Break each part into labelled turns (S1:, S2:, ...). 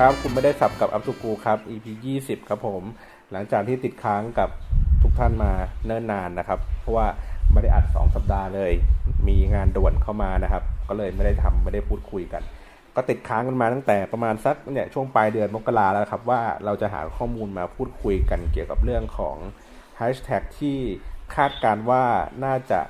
S1: ครับ คุณไม่ได้สับกับอัพทูกูครับ EP ยี่สิบครับผม หลังจากที่ติดค้างกับทุกท่านมาเนิ่นนานนะครับ เพราะว่าไม่ได้อัดสองสัปดาห์เลย มีงานด่วนเข้ามานะครับ ก็เลยไม่ได้ทำไม่ได้พูดคุยกัน ก็ติดค้างกันมาตั้งแต่ประมาณสักเนี่ยช่วงปลายเดือนมกราแล้วครับ ว่าเราจะหาข้อมูลมาพูดคุยกันเกี่ยวกับเรื่องของ ฮชแท็กที่คาดการณ์ว่าน่าจะ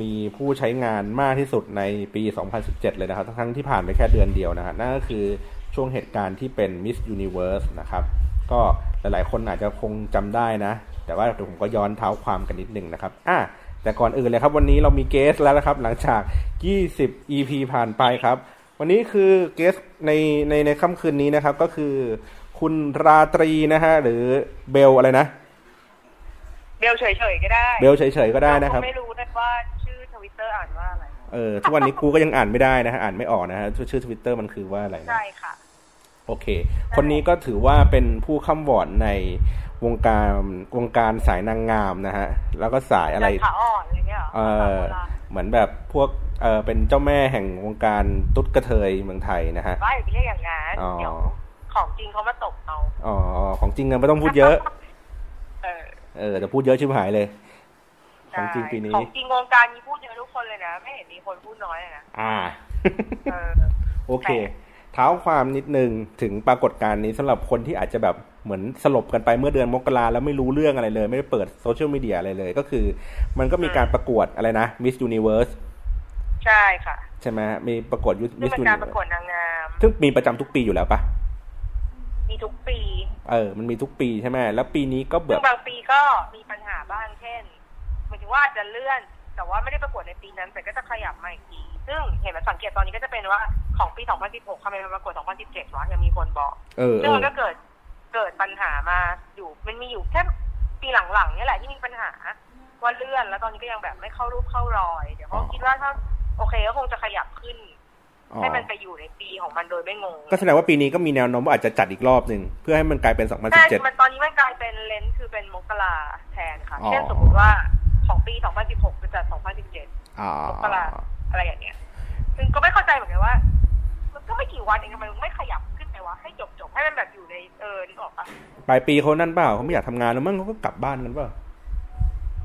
S1: มีผู้ใช้งานมากที่สุดในปี 2017 เลยนะครับ ทั้งๆที่ผ่านไปแค่เดือนเดียวนะฮะนั่นก็คือช่วงเหตุการณ์ที่เป็น Miss Universe นะครับ ก็หลายๆคนอาจจะคงจำได้นะ แต่ว่าเดี๋ยวผมก็ย้อนเท้าความกันนิดนึงนะครับอ่ะแต่ก่อนอื่นเลยครับ วันนี้เรามีเกสแล้วนะครับ หลังจาก 20 EP ผ่านไปครับ วันนี้คือเกสในในในค่ำคืนนี้นะครับ ก็คือคุณราตรีนะฮะหรือเบลอะไรนะ
S2: เบลเฉยๆก็ได้
S1: เบลเฉยๆก็ได้นะครับ
S2: เาก็ไม่รู้นะว่าชื่อทวิตเตอร์อ่านว่าอะไร
S1: เออ ทุกวันนี้กูก็ยังอ่านไม่ได้นะฮะ อ่านไม่ออกนะฮะ ชื่อทวิตเตอร์มันคือว่าอะไรนะ
S2: ใช่ค่ะ
S1: โอเค คนนี้ก็ถือว่าเป็นผู้ข้ามวอร์ดในวงการวงการสายนางงามนะฮะ แล้วก็สายอะไร
S2: นางขาอ่อนอะไรเงี้ยหร
S1: เอ
S2: ขา
S1: อ
S2: โบราณ
S1: เหมือนแบบพวก เออเป็นเจ้าแม่แห่งวงการตุ๊ดกระเทยเมืองไทยนะฮะ
S2: ว่าอย่าไปเรียกอย่างนั้น
S1: อ๋อ
S2: เดี๋ยวของจริงเขามาตบเอา
S1: อ๋อ ของจริงนะไม่ต้องพูดเยอะ
S2: เออ
S1: เออแต่พูดเยอะชิบหายเลย ของจริงปีนี้
S2: ของจริงวงการนี้พูดเยอะทุกคนเลยนะ ไม่เห็นมีคนพูดน้อยเลยนะ
S1: อ่า
S2: เออ
S1: โอเค
S2: แต่
S1: เท้าความนิดนึงถึงปรากฏการณ์นี้สำหรับคนที่อาจจะแบบเหมือนสลบกันไปเมื่อเดือนมกราแล้วไม่รู้เรื่องอะไรเลย ไม่ได้เปิดโซเชียลมีเดียอะไรเลย ก็คือ มันก็มีการประกวดอะไรนะ Miss Universe
S2: ใช่ค่ะ
S1: ใช่ไหมฮะมีประกวด
S2: นี่
S1: Miss
S2: เป็นการประกว
S1: Universe
S2: ดนางงาม
S1: ซึ่งมีประจำทุกปีอยู่แล้วปะ
S2: มีทุกปี
S1: เออ มันมีทุกปีใช่ไหมแล้วปีนี้ก็แบ
S2: ซึ่
S1: บบ
S2: งางปีก็มีปัญหาบ้างเช่นหมายถึงว่าอาจจะเลื่อน แต่ว่าไม่ได้ประกวดในปีนั้น แต่ก็จะขยับมาอีกทีซึ่งเห็นไหมสังเกตตอนนี้ก็จะเป็นว่าของปี 2016ทำไมมันประกวด 2017วะยังมีคนบอก
S1: เออเอ
S2: ซึ่ง
S1: อ
S2: มันก็เกิดเกิดปัญหามาอยู่มันมีอยู่แค่ปีหลังๆเนี่ยแหละที่มีปัญหาว่าเลื่อนแล้วตอนนี้ก็ยังแบบไม่เข้ารูปเข้ารอย เดี๋ยวเขาคิดว่าถ้าโอเคก็คงจะขยับขึ้น
S1: อ๋อ
S2: ให้มันไปอยู่ในปีของมันโดยไม่งง
S1: ก็แสดงว่าปีนี้ก็มีแนวโน้มว่าอาจจะจัดอีกรอบหนึ่งเพื่อให้มันกลายเป็น
S2: ใช่
S1: 2017
S2: มันตอนนี้มันกลายเป็นเลนส์คือเป็นมกราแทนค่ะ
S1: อ๋อ
S2: เช่นสมมติว่าของปี 2016จะจัด 2017
S1: อ๋อ
S2: มกราอะไรอย่างเงี้ย ซึ่งก็ไม่เข้าใจเหมือนกันว่า มันก็ไม่กี่วันเองทำไมมันไม่ขยับขึ้นไปวะให้จบจบๆให้มันแบบอยู่ในเออนึกออกปะ
S1: ปลายปีเขานั่นเปล่าเขาไม่อยากทำงานแล้วมั้งเขาก็กลับบ้านกันเปล่า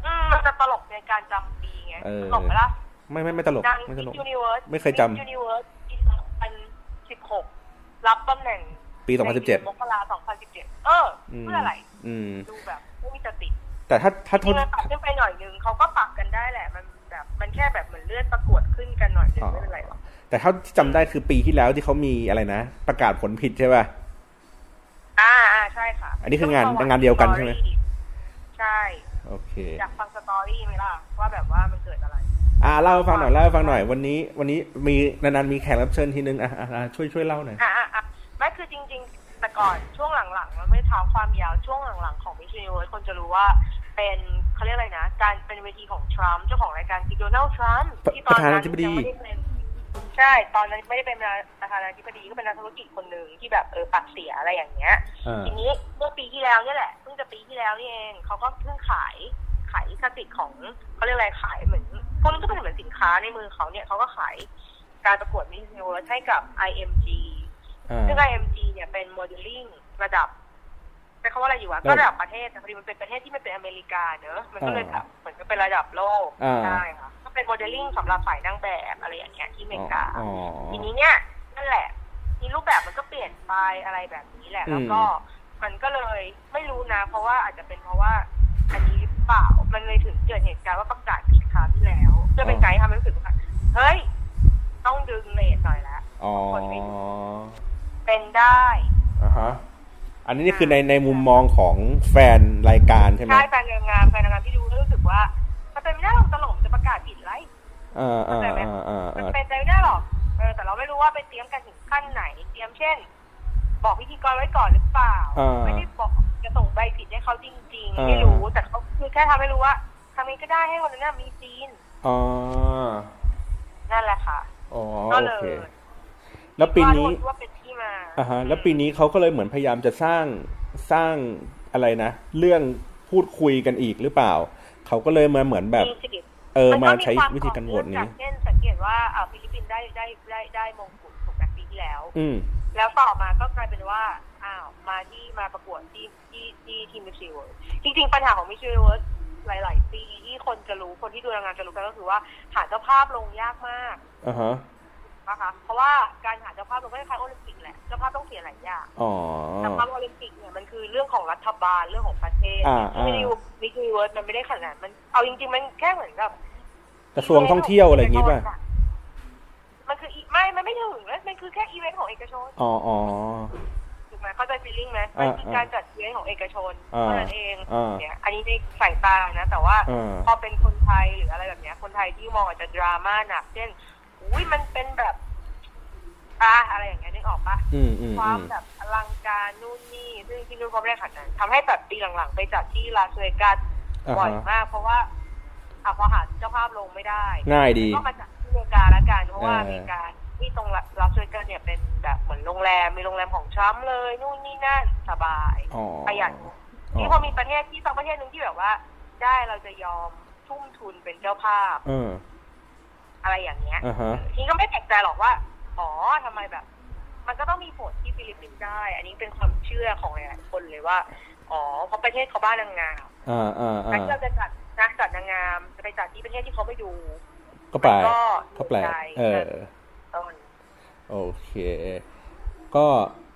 S2: อืมมันจะตลกในการจำปีไง
S1: เออ
S2: ตลกไหมล่ะ
S1: ไม่ไม่ไม่ตลก
S2: นาง
S1: ไม่ตลก
S2: ยูนิเวิร์ส
S1: ไม่เคยจำ
S2: ยูนิเวิร์สปีสองพันสิบหกรับตำแหน่ง
S1: ปี 2017
S2: ในมกราสองพันสิบเจ็ดเอออ เพื่ออะไร
S1: อืม
S2: ดูแบบไม่มีสติ
S1: แต่ถ้าถ้า
S2: จ
S1: ท
S2: ริ
S1: ด
S2: งๆมันปรับขึ้นไปหน่อยนึงเขาก็ปรับกันได้แหละ มันแบบมันแค่แบบเหมือนเลื่อนประกวดขึ้นกันหน่อยนึงไม่เป็นไรหรอก
S1: แต่เท่าที่จำได้คือปีที่แล้วที่เขามีอะไรนะ ประกาศผลผิดใช่ป่ะ
S2: อ่าอ่าใช่ค่ะ
S1: อันนี้คืองาน
S2: ต้
S1: งานเดียวกันใช่ไหม
S2: ใช่
S1: โอเค
S2: อยากฟังสตอรี่ไหมล่ะว่าแบบว่ามันเกิดอะไร
S1: อ่าเล่าให้ฟังหน่อยเล่าให้ฟังหน่อยวันนี้ วันนี้มีนานๆมีแขกรับเชิญทีนึงอ่ะอ่ะอ่ะช่วยช่วยเล่าหน่อย
S2: อ่ะอ่ะอ่ะไม่คือจริง ๆ แต่ก่อนช่วงหลังๆเราไม่เท้าความยาวช่วงหลังๆของมิชชันน v เวิร์คนจะรู้ว่าเป็นเขาเรียกอะไรนะ การเป็นเวทีของทรัมป์เจ้าของรายการคือโดนัลด์ทรัมป์ที่ตอนนั้นยังไม่ได้เป็นใช่ ตอนนั้นไม่ได้เป็นประธานาธิบดีก็เป็นนักธุรกิจคนหนึ่งที่แบบเออปากเสียอะไรอย่างเงี้ย
S1: อ่า
S2: ทีนี้เมื่อปีที่แล้วเนี่ยแหละเพิ่งจะปีที่แล้วนี่เองเขาก็เพิ่งขายขายลิขสิทธิ์ของเขาเรียกอะไรขายเหมือนพวกนั้นก็เป็นเหมือนสินค้าในมือเขาเนี่ยเขาก็ขายการประกวดมิสยูนิเวิร์สให้กับ IMG
S1: อ่า
S2: ซึ่ง IMG เนี่ยเป็นโมเดลลิ่งระดับเป็นคำว่าอะไรอยู่วะ
S1: ระดับ
S2: ก็ระดับประเทศแต่พอดีมันเป็นประเทศที่ไม่เป็นอเมริกาเนอะมันก็เลยแบบเหมือนก็เป็นระดับโลก
S1: อ่า
S2: ใช่ค่ะก็เป็นโมเดลลิ่งสำหรับฝ่ายนางแบบอะไรอย่างเงี้ยที่อเมริกา
S1: อ๋อ
S2: ทีนี้เนี่ยนั่นแหละนี่รูปแบบมันก็เปลี่ยนไปอะไรแบบนี้แหละ
S1: อืม
S2: แล้วก็มันก็เลยไม่รู้นะ เพราะว่าอาจจะเป็นเพราะว่าอันนี้หรือเปล่ามันเลยถึงเกิดเหตุการณ์ว่าประกาศผิดคราวที่แล้วเพื่อเป็นไกด์ทำให้รู้สึกว่าเฮ้ย ต้องดึงเลทหน่อยละ
S1: อ๋อ
S2: เป็นได้
S1: อ่าฮะอันนี้นี่คือในในมุมมองของแฟนรายการใช่ไหม
S2: ใช่แฟนนางงามแฟนนางงามที่ดูรู้สึกว่า มันเป็นไม่ได้หรอกตลกจะประกาศผิดไร
S1: อ่าอ่าอ่าอ่า
S2: มัน
S1: อ่า
S2: เป็นไปไม่ได้หรอก เออ แต่เราไม่รู้ว่าไปเตรียมกันถึงขั้นไหน เตรียมเช่น บอกพิธีกรไว้ก่อนหรือเปล่า ไม่ได้บอกจะส่งใบผิดให้เขาจริงๆ ไม่รู้ แต่เขาคือแค่ทำให้รู้ว่าทำเองก็ได้ให้วันนั้นนะมีซีน
S1: อ๋อ
S2: นั่นแหละค่ะ
S1: อ๋อ
S2: ก็
S1: โอ
S2: เล
S1: เค
S2: ย
S1: แล้วปีนี้
S2: คิดว่าเป็นที่มา
S1: อ่าฮะแล้วปีนี้เขาก็เลยเหมือนพยายามจะสร้างสร้างอะไรนะ เรื่องพูดคุยกันอีกหรือเปล่า เขาก็เลยมาเหมือนแบบ
S2: จริงสิ
S1: เออมาน
S2: ก็
S1: ใช้
S2: คว
S1: วิธีการโหวตนี้
S2: เองจากเช่นสังเกตว่าอ่าฟิลิปปินส์ได้ได้ได้ได้มงกุฎถูกแบบปีที่แล้ว
S1: อืม
S2: แล้วต่อมาก็กลายเป็นว่า อ้าว มาที่มาประกวดที่ที่ที่ทีมมิชิเวิร์จริง ๆ ปัญหาของมิชิเวิร์หลาย ๆ ปีที่คนจะรู้คนที่ดูรายงานจะรู้กันก็คือว่าหาเจ้าภาพลงยากมาก
S1: อ่าฮะ
S2: นะคะ เพราะว่าการหาเจ้าภาพมันก็คล้ายๆโอลิมปิกแหละ เจ้าภาพต้องเสียหลายอย่าง
S1: อ๋อ
S2: แต่ความโอลิมปิกเนี่ยมันคือเรื่องของรัฐบาลเรื่องของประเทศ
S1: อ่าอ่า
S2: ไม่ได้อยู่มิชิเวิร์มันไม่ได้ขนาดมันเอาจริง ๆ มันแค่เหมือนกับ
S1: กระทรวงท่องเที่ยวอะไรอย่างงี้ป่ะ
S2: มันคืออีไม่ มันไม่ถึงแล้วมันคือแค่อีเวนต์ของเอกชน
S1: อ๋ออ๋อ
S2: ถูกไหมเข้าใจฟีลลิ่งไหมมันคือการจัดอีเวนต์ของเอกชน
S1: อ่า
S2: เท่านั้นเอง
S1: อ่า
S2: เนี่ยอันนี้ในสายตานะ แต่ว่า
S1: อ่า
S2: พอเป็นคนไทยหรืออะไรแบบเนี้ย คนไทยที่มองอาจจะดราม่าหนัก เช่น อุ้ยมันเป็นแบบอ่าอะไรอย่างเงี้ยนึกออกปะ
S1: อืมอืม
S2: ควา
S1: อื
S2: ม
S1: ม
S2: แบบอลังการนู่นนี่ซึ่งที่นู่นก็ไม่ได้ขนาดนั้นทำให้แบบปีหลังๆ ไปจัดที่ลาสเวกัส
S1: อ่า
S2: บ่อย
S1: ฮะ
S2: มาก เพราะว่าอ่ะพอหาเจ้าภาพลงไม่ได้
S1: ง่ายดี
S2: ก็มาจากที่อเมริกาละกันเพราะว่า
S1: เออ
S2: อเมริกาที่ตรงลาสเวกัสเนี่ยเป็นแบบเหมือนโรงแรมมีโรงแรมของทรัมป์เลยนู่นนี่นั่นสบาย
S1: อ๋อ
S2: ประหยัด
S1: อ๋อ
S2: นี่พอมีประเทศที่สักประเทศหนึ่งที่แบบว่า ได้เราจะยอมทุ่มทุนเป็นเจ้าภาพ
S1: เออ
S2: อะไรอย่างเงี้ย
S1: อ่าฮะ
S2: ทีนี้ก็ไม่แปลกใจหรอกว่าอ๋อทำไมแบบ มันก็ต้องมีผลที่ฟิลิปปินส์ได้ อันนี้เป็นความเชื่อของหลายๆคนเลยว่าอ๋อเพราะประเทศเขาบ้านนางงาม
S1: อ่าอ่าอ่า
S2: การที่เราจะจัดนะจัดนางงามจะไปจัดที่ประเทศที่เขาไม่ดู
S1: ก็ไป
S2: ก็
S1: ก็แปลก
S2: ใจ
S1: เออ
S2: ต้น
S1: โอเค ก็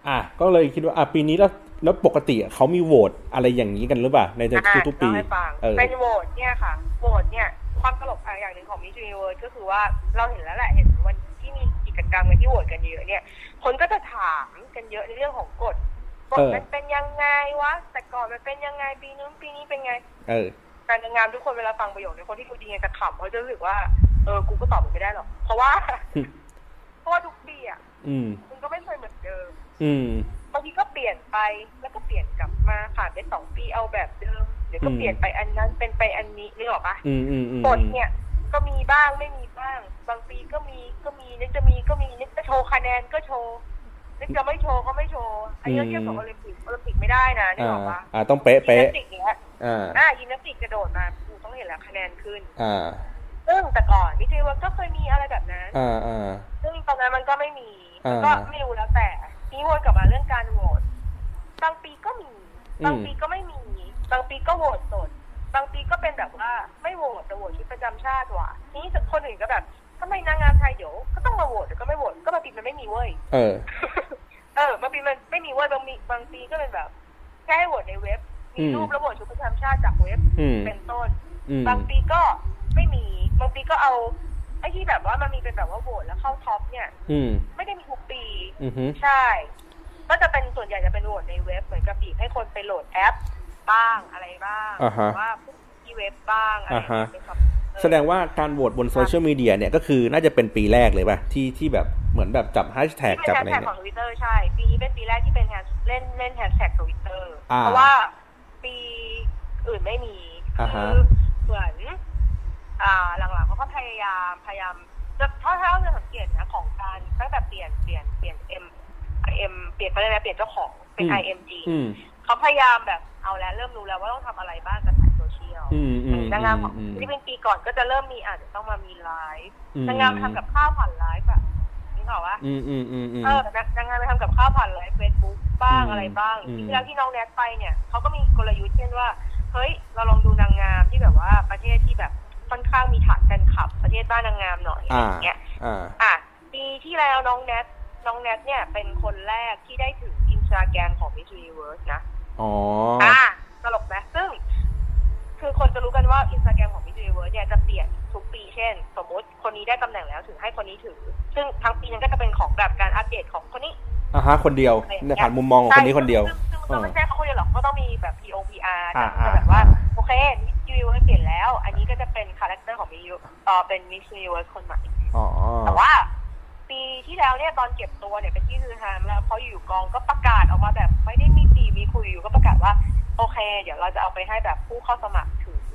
S1: อ่ะ ก็เลยคิดว่า อ่ะ ปีนี้แล้ว แล้วปกติเขามีโหวตอะไรอย่างนี้กันหรือเปล่า ใน
S2: อ่ะ
S1: ทุกๆปี
S2: เล่าให้ฟัง
S1: เออ
S2: เป็นโหวตเนี่ยค่ะ โหวตเนี่ย ความตลกอ่ะอย่างหนึ่งของมิจูนิเวิร์ก็คือว่าเราเห็นแล้วแหละ เห็นวันที่มีกิจกรรมกันที่โหวตกันเยอะเนี่ย คนก็จะถามกันเยอะในเรื่องของกฎกฎ
S1: เออ
S2: มันเป็นยังไงวะ แต่ก่อนมันเป็นยังไงปีนู้นปีนี้เป็นไง
S1: เออ
S2: การงานทุกคนเวลาฟังประโยคในยคนที่ดูดีไงจะขำเขาจะรู้สึกว่า เออ กูก็ตอบมึงไม่ได้หรอก เพราะว่า
S1: อืม
S2: เพราะว่าทุกปีอ่ะ
S1: อืม
S2: มึงก็ไม่เคยเหมือนเดิม
S1: อืม
S2: บางทีก็เปลี่ยนไปแล้วก็เปลี่ยนกลับมาผ่านไปสองปีเอาแบบเดิมเดี๋ยวก็
S1: อืม
S2: เปลี่ยนไปอันนั้นเป็นไปอันนี้นึกออกปะ
S1: อืมอืมอืม
S2: กฎเนี่ย ก็มีบ้างไม่มีบ้าง บางปีก็มีก็มีนึกจะมีก็มีนึกจะโชว์คะแนนก็โชว์นึกจะไม่โชว์ก็ไม่โชว์อันนี้ก็เทียบกับโอลิมปิกโอลิมปิกไม่ได้นะนึก
S1: อ่า
S2: ออกปะ
S1: อ่า ต้องเป๊ะ
S2: ยิ
S1: เป๊ะ
S2: มนาติกเนี้ย
S1: อ่า
S2: อ่ายิมนาติกกระโดดมากูต้องเห็นแล้วคะแนนขึ้น
S1: อ่า
S2: ซึ่งแต่ก่อนมิเทวันก็เคยมีอะไรแบบนั้น
S1: อ่า อ่า
S2: ซึ่งตอนนั้นมันก็ไม่มี
S1: อ่า
S2: ก็ไม่รู้แล้วแต่นี่วนกลับมาเรื่องการโหวต บางปีก็มี
S1: อืม
S2: บางปีก็ไม่มี บางปีก็โหวตสด บางปีก็เป็นแบบว่าไม่โหวตแต่โหวตชุดประจำชาติว่ะทีนี้คนอื่นก็แบบทำไมนางงามไทยเดี๋ยวก็ต้องมาโหวตเดี๋ยวก็ไม่โหวต ก็บางปีมันไม่มีเว้ ย
S1: เออ
S2: เออบางปีมันไม่มีเว้ย บางปีบางปีก็เป็นแบบแค่ให้โหวตในเว็บ มีรูปแล้วโหวตชุดประจำชาติจากเว็บ
S1: อืม
S2: เป็นต้น
S1: อืม
S2: บางปีก็ไม่มี บางปีก็เอาไอ้ที่แบบว่ามันมีเป็นแบบว่าโหวตแล้วเข้าท็อปเนี่ย
S1: อืม
S2: ไม่ได้มีทุกปี
S1: อือฮึ
S2: ใช่ ก็จะเป็นส่วนใหญ่จะเป็นโหลดในเว็บเหมือนกับบีบให้คนไปโหลดแอป บ้างอะไรบ้าง
S1: อ่าฮะ
S2: หรือว่าพวกที่เว็บบ้างอะไรอย่างเงี้ย
S1: อ่าฮะ
S2: เป็นครับเออ
S1: แสดงว่าการโหวตบนโซเชียลมีเดียเนี่ยก็คือน่าจะเป็นปีแรกเลยป่ะ ที่ที่แบบเหมือนแบบจับแฮชแท็ก
S2: ที่เป็
S1: จั
S2: น
S1: บอะ
S2: แฮช
S1: ไร
S2: แท็
S1: เนี่
S2: กข
S1: ย
S2: องทวิตเตอร์ใช่ ปีนี้เป็นปีแรกที่เป็นแฮชเล่นเล่นแฮชแท็กทวิตเตอร์
S1: อ่า
S2: เพราะว่าปีอื่นไม่มี
S1: อ่าฮะ
S2: คือเหมือนอ่าหลังๆเขาก็พยายามพยายามจะถ้าถ้าเราจะสังเกตนะของการตั้งแต่เปลี่ยนเปลี่ยนเปลี่ยน M M เปลี่ยนเขาเรียกอะไรเปลี่ยนเจ้าของเป็น IMG
S1: อืม
S2: เขาพยายามแบบเอาแล้วเริ่มรู้แล้วว่าต้องทำอะไรบ้างกับสายโซเชียล
S1: อืมอืม
S2: นางงามของ
S1: อืม
S2: ที่เป็นปีก่อนก็จะเริ่มมีอาจจะต้องมามีไลฟ์
S1: อืม
S2: นางงามทำกับข้าวผ่านไลฟ์แบบนึกออกว่า
S1: อืมอืมอืมอืม
S2: เออนางงามไปทำกับข้าวผ่านไลฟ์เฟซบุ๊กบ้าง
S1: อืม
S2: อะไรบ้าง
S1: อืม
S2: ที่แล้วที่น้องแนทไปเนี่ยเขาก็มีกลยุทธ์เช่นว่าเฮ้ยเราลองดูนางงามที่แบบว่าประเทศที่แบบค่อนข้างมีฐานแฟนคลับ ประเทศบ้านนางงามหน่อยอะไร
S1: อ่า
S2: อย่างเงี้ย
S1: อ่า
S2: อ่ะปีที่แล้วน้องแนทน้องแนทเนี่ยเป็นคนแรกที่ได้ถึงอินสตาแกรมของ Miss Universe นะ
S1: อ๋อ
S2: อ่าตลกไหมซึ่ง คือคนจะรู้กันว่าอินสตาแกรมของมิจูเวิร์เนี่ยจะเปลี่ยนทุกปีเช่น สมมติคนนี้ได้ตำแหน่งแล้วถึงให้คนนี้ถือ ซึ่งทั้งปีนั้นก็จะเป็นของแบบการอัปเดตของคนนี้
S1: อ่าฮะ คนเดียวในผ่านมุมมองของคนนี้คนเดียว
S2: ซึ่งซึ่งซึ่งมันไม่ใช่แค่คนเดียวหรอกก็ต้องมีแบบ POPR
S1: อ่าอ่า
S2: แบบว่า โอเคมิจูเวิร์เปลี่ยนแล้ว อันนี้ก็จะเป็นคาแรคเตอร์ของมิจูเอ่อเป็นมิจูเวิร์คนใหม่
S1: อ๋อ
S2: แต่ว่า ปีที่แล้วเนี่ยตอนเก็บตัวเนี่ยเป็นที่ฮือฮามากเพราะอยู่กองก็ประกาศออกมาแบบ ไม่ได้มีปีมีคุยอยู่ก็ประกาศว่า โอเค เดี๋ยวเราจะเอาไปให้แบบผู้เข้าสมัครถือ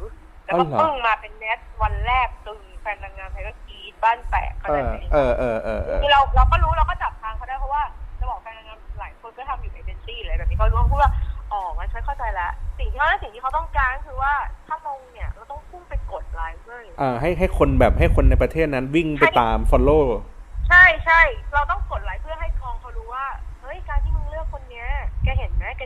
S2: แล้วก็
S1: อ๋อเหรอ
S2: ปึ้งมาเป็นเน็ตวันแรกตึงแฟนนางงามไทยก็กรีดบ้านแตกข
S1: เอ
S2: นาด
S1: อ
S2: นี้
S1: เออเออเออเออ
S2: คือเราเราก็รู้เราก็จับทางเขาได้เพราะว่าจะบอกแฟนนางงามหลายคนก็ทำอยู่เอเจนซี่อะไรแบบนี้เขารู้เขาพูดว่าอ๋อมันฉันเข้าใจละสิ่งที่เขาสิ่งที่เขาต้องการก็คือว่าถ้าลงเนี่ยเราต้องพุ่งไปกดไลค์เลย
S1: อ่าให้ให้คนแบบให้คนในประเทศนั้นวิ่งไปตาม follow
S2: ใช่ใช่เราต้องกดไลค์เพื่อให้กองเขารู้ว่า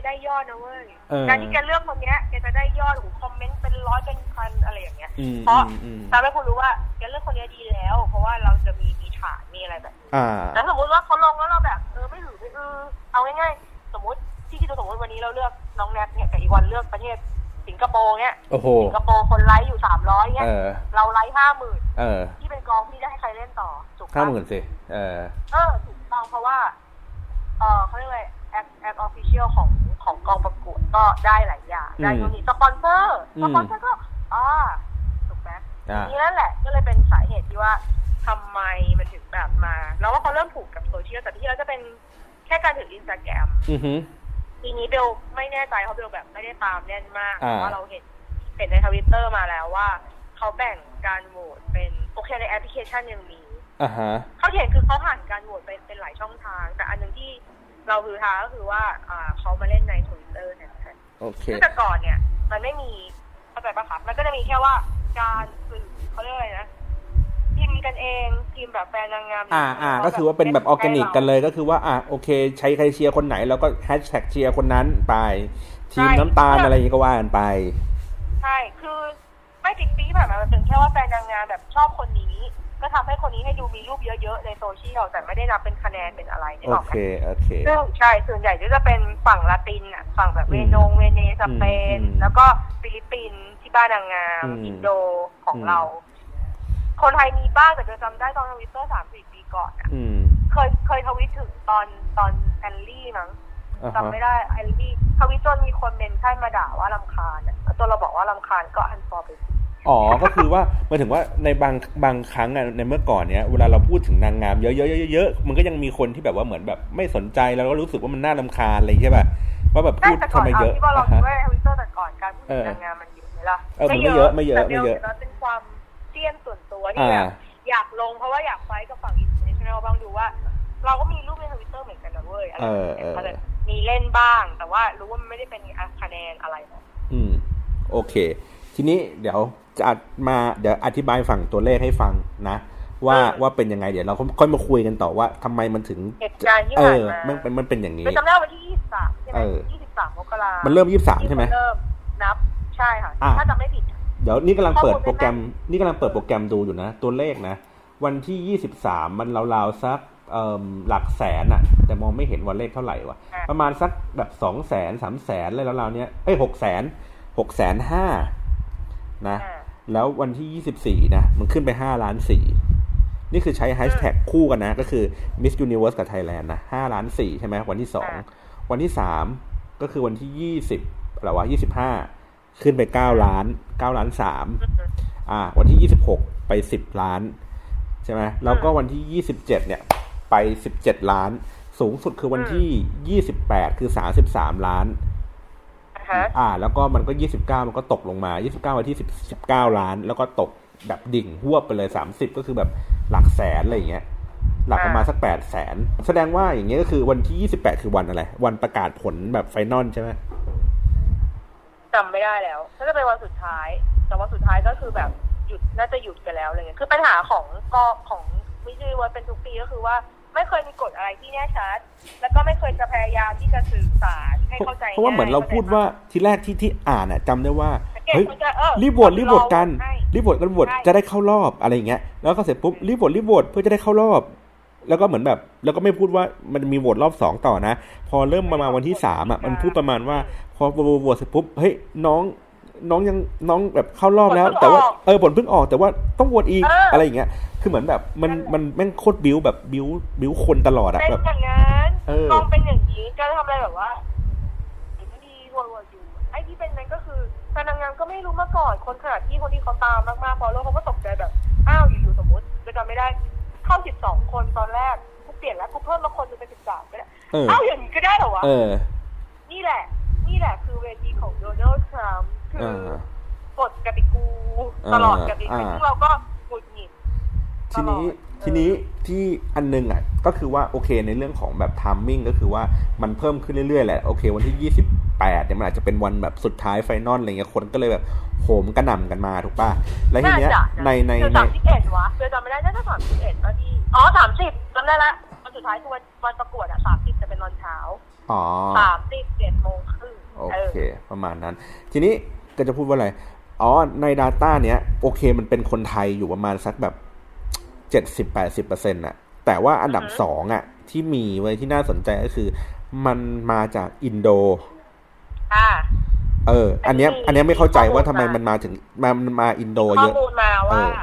S2: ได้ยอดนะเว้ย
S1: เออ
S2: การที่แกเลือกคนเนี้ยแกจะได้ยอดโอ้โหคอมเมนต์เป็นร้อยเป็นพันอะไรอย่างเงี้ย
S1: อืม
S2: เพราะ
S1: อืมอืม
S2: ทำให้คุณรู้ว่าแกเลือกคนเนี้ยดีแล้ว เพราะว่าเราจะมีมีฐานมีอะไรแบบนี้
S1: อ่า
S2: แล้วสมมติว่าเขาลงแล้วเราแบบเออไม่หือไม่อือเอาง่ายๆสมมติที่ที่ตัวสมมติวันนี้เราเลือกน้องแนทเนี่ยกับอีวันเลือกประเทศสิงคโปร์เนี่ย
S1: โอ้โห
S2: สิงคโปร์คนไลค์อยู่สามร้อยเนี่
S1: เอย อ
S2: เราไลค์ห้าหมื่น
S1: เออ
S2: ที่เป็นกองที่ได้ให้ใครเล่นต่อถูกปะ
S1: ห้าหมื่นสิ เออ
S2: เออถูกต้องเพราะว่า เออเขาเรียกอะไรแอคแอคออฟฟิเชียลของของกองประกวดก็ได้หลายอย่าง ได้ตรงนี้สปอนเซอร์
S1: อืม
S2: สปอนเซอร์ก็อ่าถูกไหม
S1: อ่า
S2: ทีนี่นั่นแหละ ก็เลยเป็นสาเหตุที่ว่าทำไมมันถึงแบบมา แล้วว่าเขาเริ่มผูกกับโซเชียลแต่ที่แล้วจะเป็นแค่การถืออินสตาแกรม
S1: อือฮึ
S2: ทีนี้เบลไม่แน่ใจเพราะเบลแบบไม่ได้ตามแน่นมากแต่
S1: อ่า
S2: ว่าเราเห็นเห็นในทวิตเตอร์มาแล้วว่าเขาแบ่งการโหวตเป็นโอเคในแอปพลิเคชันยังมี
S1: อ่าฮะ
S2: เขาเห็นคือเขาผ่านการโหวตเป็นเป็นหลายช่องทาง แต่อันหนึ่งที่เราคือฮาก็คือว่าอ่าเขามาเล่นในทวิตเตอร์เนี่ยนะคะ
S1: โอเค
S2: ซึ่งแต่ก่อนเนี่ย มันไม่มีเข้าใจปะคะมันก็จะมีแค่ว่าการสื่อเขาเรียกอะไรนะพิมพ์กันเองพิมพ์แบบแฟนนางงาม
S1: อ่าอ่า ก็คือว่าเป็นแบบออร์แกนิกกันเลยก็คือว่าอ่ะโอเค ใช้ใครเชียร์คนไหน แล้วก็แฮชแท็กเชียร์คนนั้นไป ทีมน้ำตาลอะไรอย่างงี้ก็ว่ากันไป
S2: ใช่คือไม่ติดปีที่ผ่านมามันเป็นแค่ว่าแฟนนางงามแบบชอบคนนี้ ก็ทำให้คนนี้ให้ดูมีรูปเยอะๆในโซเชียลแต่ไม่ได้นับเป็นคะแนนเป็นอะไรนี่
S1: โอ
S2: หรอกไหม
S1: เค โอเค
S2: ซึ่งใช่ส่วนใหญ่ก็จะเป็นฝั่งละตินอ่ะ ฝั่งแบบ
S1: อืม
S2: เวนงเวเนสเปน
S1: อืม
S2: แล้วก็ฟิลิปปินส์ที่บ้านนางงาม
S1: อืม
S2: อินโดของ
S1: อืม
S2: เรา คนไทยมีบ้างแต่เดี๋ยวจำได้ตอนทวิตเตอร์สามสี่ปีก่อนอะ
S1: อืม
S2: เคยเคยทวิตถึงตอนตอนแอลลี่มั้ง
S1: อ่าฮะ
S2: จำไม่ได้แอลลี่ทวิตจนมีคนเมนชั่นมาด่าว่าลำคาญอะจนเราบอกว่าลำคาญก็อันฟอร์ไปสิ
S1: อ๋อ ก็คือว่าหมายถึงว่าในบางบางครั้งอะในเมื่อก่อนเนี้ยเวลาเราพูดถึงนางงามเยอะๆเยอะๆเยอะๆมันก็ยังมีคนที่แบบว่าเหมือนแบบไม่สนใจแล้วก็รู้สึกว่ามันน่ารำคาญอะไรอย่างเงี้ยใช่ป่ะว่าแบบ
S2: ได้
S1: พูด
S2: แต่
S1: ทำไม
S2: ก่อนเอา
S1: เยอะ
S2: ที่ว่าเรา
S1: อ่ะ
S2: คิด
S1: ฮะ
S2: ว่าทวิตเตอร์แต่ก่อนการพูดถึงนางงามมันเยอะไหมล่ะ
S1: เออมันไม่เยอะไม่เยอะ
S2: แต่
S1: ไม่เย
S2: เดีย
S1: อะ
S2: วนั้นเป็นความเตี้ยนส่วนตัวที่
S1: อ่า
S2: แบบ อยากลงเพราะว่าอยากไฟท์กับฝั่งอินเตอร์เนชั่นแนลบ้างดูว่า เราก็มีรูปในทวิตเตอร์เหมือนกันนะเว้ยอะไรแบบ
S1: เออ
S2: นี้
S1: เออ
S2: เขาจะมีเล่นบ้าง แต่ว่ารู้ว่ามันไม่ได้เป็นคะแนนอะไรนะ
S1: อืม โอเค ทีนี้เดี๋ยวจะอัดมาเดี๋ยวอธิบายฝั่งตัวเลขให้ฟังนะ ว่าว่าเป็นยังไงเดี๋ยวเราค่อยมาคุยกันต่อว่าทำไมมันถึง
S2: เหตุการณ์ที่
S1: เอ
S2: ผ่าน
S1: อ
S2: มา
S1: มันเป็นมันเป็นอย่างนี้
S2: ไปจำได้วันที่ 23 ใช่ไหม
S1: เออ
S2: 23มกรา
S1: มั
S2: มัน
S1: เริ่มยี่สิบสามใช่ไหม
S2: เริ่มนับใช่ค่ะ
S1: อ่ะ
S2: ถ้าจำไม่ผิด
S1: เดี๋ยวนี่กำลังเปิด
S2: ข้อมูล
S1: โปรแกรมนี่กำลังเปิดโปรแกรมดูอยู่นะ ตัวเลขนะ วันที่ยี่สิบสามมันราวๆสักเอิ่มหลักแสนอะแต่มองไม่เห็นวันเลขเท่าไหร่วะประมาณสักแบบสองแสนสามแสนอะไรราวๆเนี้ยเอ้ยหกแสนหกแสนห้านะ
S2: อ่า
S1: แล้ววันที่ 24 นะ มันขึ้นไป 5 ล้าน 4 นี่คือใช้แฮชแท็กคู่กันนะ ก็คือ Miss Universe กับ Thailand นะ 5 ล้าน 4 ใช่ไหมวันที่
S2: อ่า
S1: 2 วันที่ 3 ก็คือวันที่ 20อะไรวะ25 ขึ้นไป 9 ล้าน 9 ล้าน 3 อ่า วันที่ 26 ไป 10 ล้าน ใช่ไหมแล้วก็วันที่ 27 เนี่ย ไป 17 ล้าน สูงสุดคือวันที่ 28 คือ 33 ล้าน
S2: อ่าฮะ
S1: อ่า แล้วก็มันก็ 29 มันก็ตกลงมา 29 วันที่10 19 ล้าน แล้วก็ตกแบบดิ่งหวบไปเลย 30 ก็คือแบบหลักแสนอะไรอย่างเงี้ย หลักประมาณสัก 8 แสน แสดงว่าอย่างเงี้ยก็คือวันที่ 28 คือวันอะไร วันประกาศผลแบบไฟนอลใช่ไหม
S2: จำไม่ได้แล้วก็จะเป็นวันสุดท้าย แต่วันสุดท้ายก็คือแบบหยุดน่าจะหยุดไปแล้วอะไรเงี้ยคือปัญหาของกอของวิจัยวันเป็นทุกปีก็คือว่าไม่เคยมีกฎอะไรที่แน่ชัด แล้วก็ไม่เคยจะพยายามที่จะสื่อสารให้เข้าใจ
S1: เพราะว่าเหมือนเราพูดว่าทีแรกที่ที่อ่านอ่ะจำได้ว่า
S2: เฮ้
S1: เฮ้
S2: ย
S1: ย รีบโหวตรีบโหวตกัน รีบโหวตกันโหวต
S2: ใช่
S1: จะได้เข้ารอบอะไรอย่างเงี้ย แล้วก็เสร็จปุ๊บรีบโหวตรีบโหวตเพื่อจะได้เข้ารอบ แล้วก็เหมือนแบบ แล้วก็ไม่พูดว่ามันมีโหวตรอบสองต่อนะ พอเริ่มประมาณวันที่สามอ่ะมันพูดประมาณว่า พอโหวตโหวตโหวตเสร็จปุ๊บเฮ้ยน้องน้องยังน้องแบบเข้ารอบแล้ว
S2: ผลเพิ่ง
S1: แต่ว่า
S2: ออก
S1: เออผลเพิ่งออกแต่ว่าต้องโหวตอีก
S2: เอออ
S1: อะไรอย่างเงี้ยคือเหมือนแบบมันมันแม่งโคตรบิ้วแบบบิ้วบิ้วคนตลอดอะ
S2: เป็น
S1: แบบ
S2: อย่างนั้น
S1: เออ
S2: กองเป็นอย่างนี้ก็ทำอะไรแบบว่าไม่ดีโหวตโหวตอยู่ ไอ้ที่เป็นนั้นก็คือแฟนนางงามก็ไม่รู้มาก่อน คนขนาดที่คนที่เขาตามมากๆพอโลกเขาก็ตกใจแบบ อ้าวอยู่ๆสมมติจะจำไม่ได้ เข้าสิบสองคนตอนแรกกูเปลี่ยนแล้วกูเพิ่มมาคนหนึงเป็นสิบสามก็ได้
S1: เออ
S2: อ้าวอย่างนี้ก็ได้เหรอวะ
S1: เออ
S2: นี่แหละ นี่แหละคือเวทีของโดนัลด์ทรัมป์คื
S1: เอ
S2: อ
S1: อ
S2: กฎกติกูตลอดกติกา
S1: อ่า
S2: ซึ่งเราก็หงุดหงิด
S1: ทีนี้
S2: ตลอดเออ
S1: ทีนี้ที่อันนึงอ่ะก็คือว่าโอเคในเรื่องของแบบทามมิ่งก็คือว่ามันเพิ่มขึ้นเรื่อยๆแหละโอเค วันที่ 28เนี่ยมันอาจจะเป็นวันแบบสุดท้ายไฟนอลอะไรเงี้ยคนก็เลยแบบโหมกระหน่ำกันมาถูกป่ะ แล้วทีเนี้ย
S2: าจะะ
S1: ในใน
S2: เดือ
S1: ใน
S2: สามสิบเอ็ดวะเดือนจำไม่ได้น่าจะสามสิบเอ็ดป่ะพี่อ๋อสามสิบจำได้ละวันสุดท้ายคือวันวันประกวดอะสามสิบจะเป็นตอนเช้า
S1: อ๋อ
S2: สามสิบเจ็ดโมงค
S1: โอเค ประมาณนั้น ทีนี้ก็จะพูดว่าอะไร อ๋อ ใน Data เนี้ย โอเค มันเป็นคนไทยอยู่ประมาณสักแบบเจ็ดสิบแปดสิบเปอร์เซ็นต์ะแต่ว่าอันดับ
S2: อือฮึ
S1: สองอะที่มีไว้ที่น่าสนใจก็คือ มันมาจากอินโด
S2: อ่า
S1: เออ อันเนี้ย
S2: อั
S1: อัน
S2: น
S1: เนี้
S2: นี้
S1: ย
S2: มี
S1: ไม่เข้าใจว่า
S2: ข้
S1: ทำ
S2: อมูล
S1: ไม
S2: มา
S1: มั
S2: มั
S1: นมาถึงมามันมาอินโด
S2: ข้
S1: เย
S2: อ
S1: อะ
S2: มูลมาว่า
S1: เออ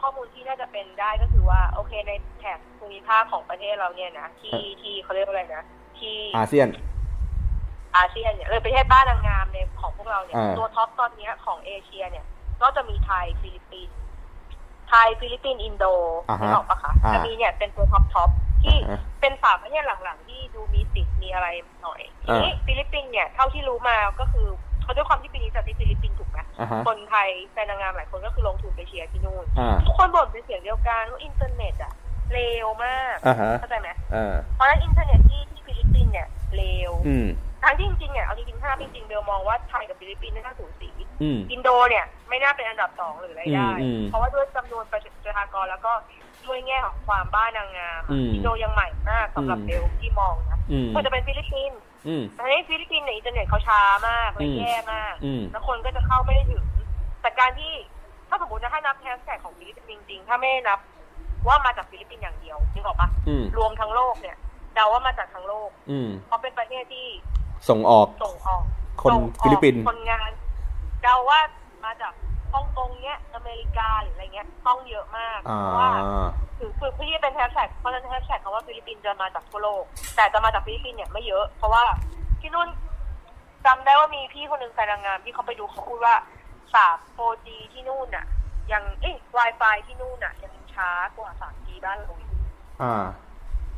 S2: ข้อมูลที่น่าจะเป็นได้ก็คือว่า โอเคในแถบภูมิภาคของประเทศเราเนี่ยนะที่
S1: เออ
S2: ที่เขาเรียกว่าอะไรนะที่
S1: อาเซียน
S2: อาเซียนเนี่ยเลยประเทศบ้านนางงามในของพวกเราเนี่ย
S1: อ่า
S2: ตัวท็อปตอนเนี้ยของเอเชียเนี่ยก็จะมีไทยฟิลิปปินส์ไทยฟิลิปปินส์อินโด
S1: อ่าฮะ
S2: นึกออกปะคะ
S1: อ่า
S2: จะมีเนี่ยเป็นตัวท็อปท็อปที่
S1: อ่ะ
S2: เป็นสามประเทศหลังๆ ที่ดูมีสิทธิ์มีอะไรหน่อยที
S1: อ่า
S2: นี้ฟิลิปปินส์เนี่ยเท่าที่รู้มาก็คือเขาด้วยความที่ปีนี้จัดที่ฟิลิปปินส์ถูกไหม
S1: อ่ะฮะ
S2: คนไทยแฟนนางงามหลายคนก็คือลงทุนไปเชียร์ที่นู่น
S1: อ่า
S2: ทุกคนบ่นเป็นเสียงเดียวกันว่าอินเทอร์เน็ตอะเลวมาก
S1: อ่าฮะ
S2: เข้าใจไหม
S1: อ่า
S2: เพราะฉะนั้นอินเทอร์เน็ตที่ที่ฟิลิปปินส์เนี่ยเลว
S1: อืม
S2: ทั้งที่จริงๆเนี่ยเอาจริงๆถ้าจริงๆเบลมองว่าไทยกับฟิลิปปินส์น่าสูสี
S1: อืม
S2: อินโดเนี่ยไม่น่าเป็นอันดับสองหรืออะไรได้
S1: อืมอืม
S2: เพราะว่าด้วยจำนวนประชากรแล้วก็ด้วยแง่ของความบ้านางงามอะ
S1: อืม
S2: อินโดยังใหม่มากสำหรับเบลที่มองนะ
S1: อืม
S2: ควรจะเป็นฟิลิปปินส์
S1: อืม
S2: แต่ในฟิลิปปินส์เนี่ยอินเทอร์เน็ตเขาช้ามากเล
S1: อื
S2: ย
S1: ม
S2: แย่มาก
S1: อืม
S2: แล้วคนก็จะเข้าไม่ได้ถึง แต่การที่ถ้าสมมตินะถ้านับแฮชแท็กของฟิลิปปินส์จริงๆ ถ้าไม่นับว่ามาจากฟิลิปปินส์อย่างเดียวนึกออกปะ
S1: อืม
S2: รวมทั้งโลกเนี่ยเดาว่ามาจากทั้งโลก
S1: อืม
S2: เพราะเป็นประเทศที่
S1: ส่งออก
S2: ส่งออก
S1: คน
S2: ส่งออก
S1: ฟิลิปปินส์
S2: คนงานเดาว่ามาจากฮ่องกงเนี้ยอเมริกาหรืออะไรเงี้ยต้องเยอะมากเพ
S1: อ่า
S2: ราะว่า คือคือพี่เป็นแฮชแท็กเพราะฉะนั้นแฮชแท็กคำว่าฟิลิปปินส์จะมาจากทั่วโลก แต่จะมาจากฟิลิปปินส์เนี่ยไม่เยอะ เพราะว่าที่นู่นจำได้ว่ามีพี่คนหนึ่งแฟนนางงามที่เขาไปดูเขาพูดว่าสาม 4G ที่นู่นน่ะ ยังเอ๊ะ Wi-Fi ที่นู่นน่ะ ยังช้ากว่า 3G บ้านเราอีก
S1: อ่า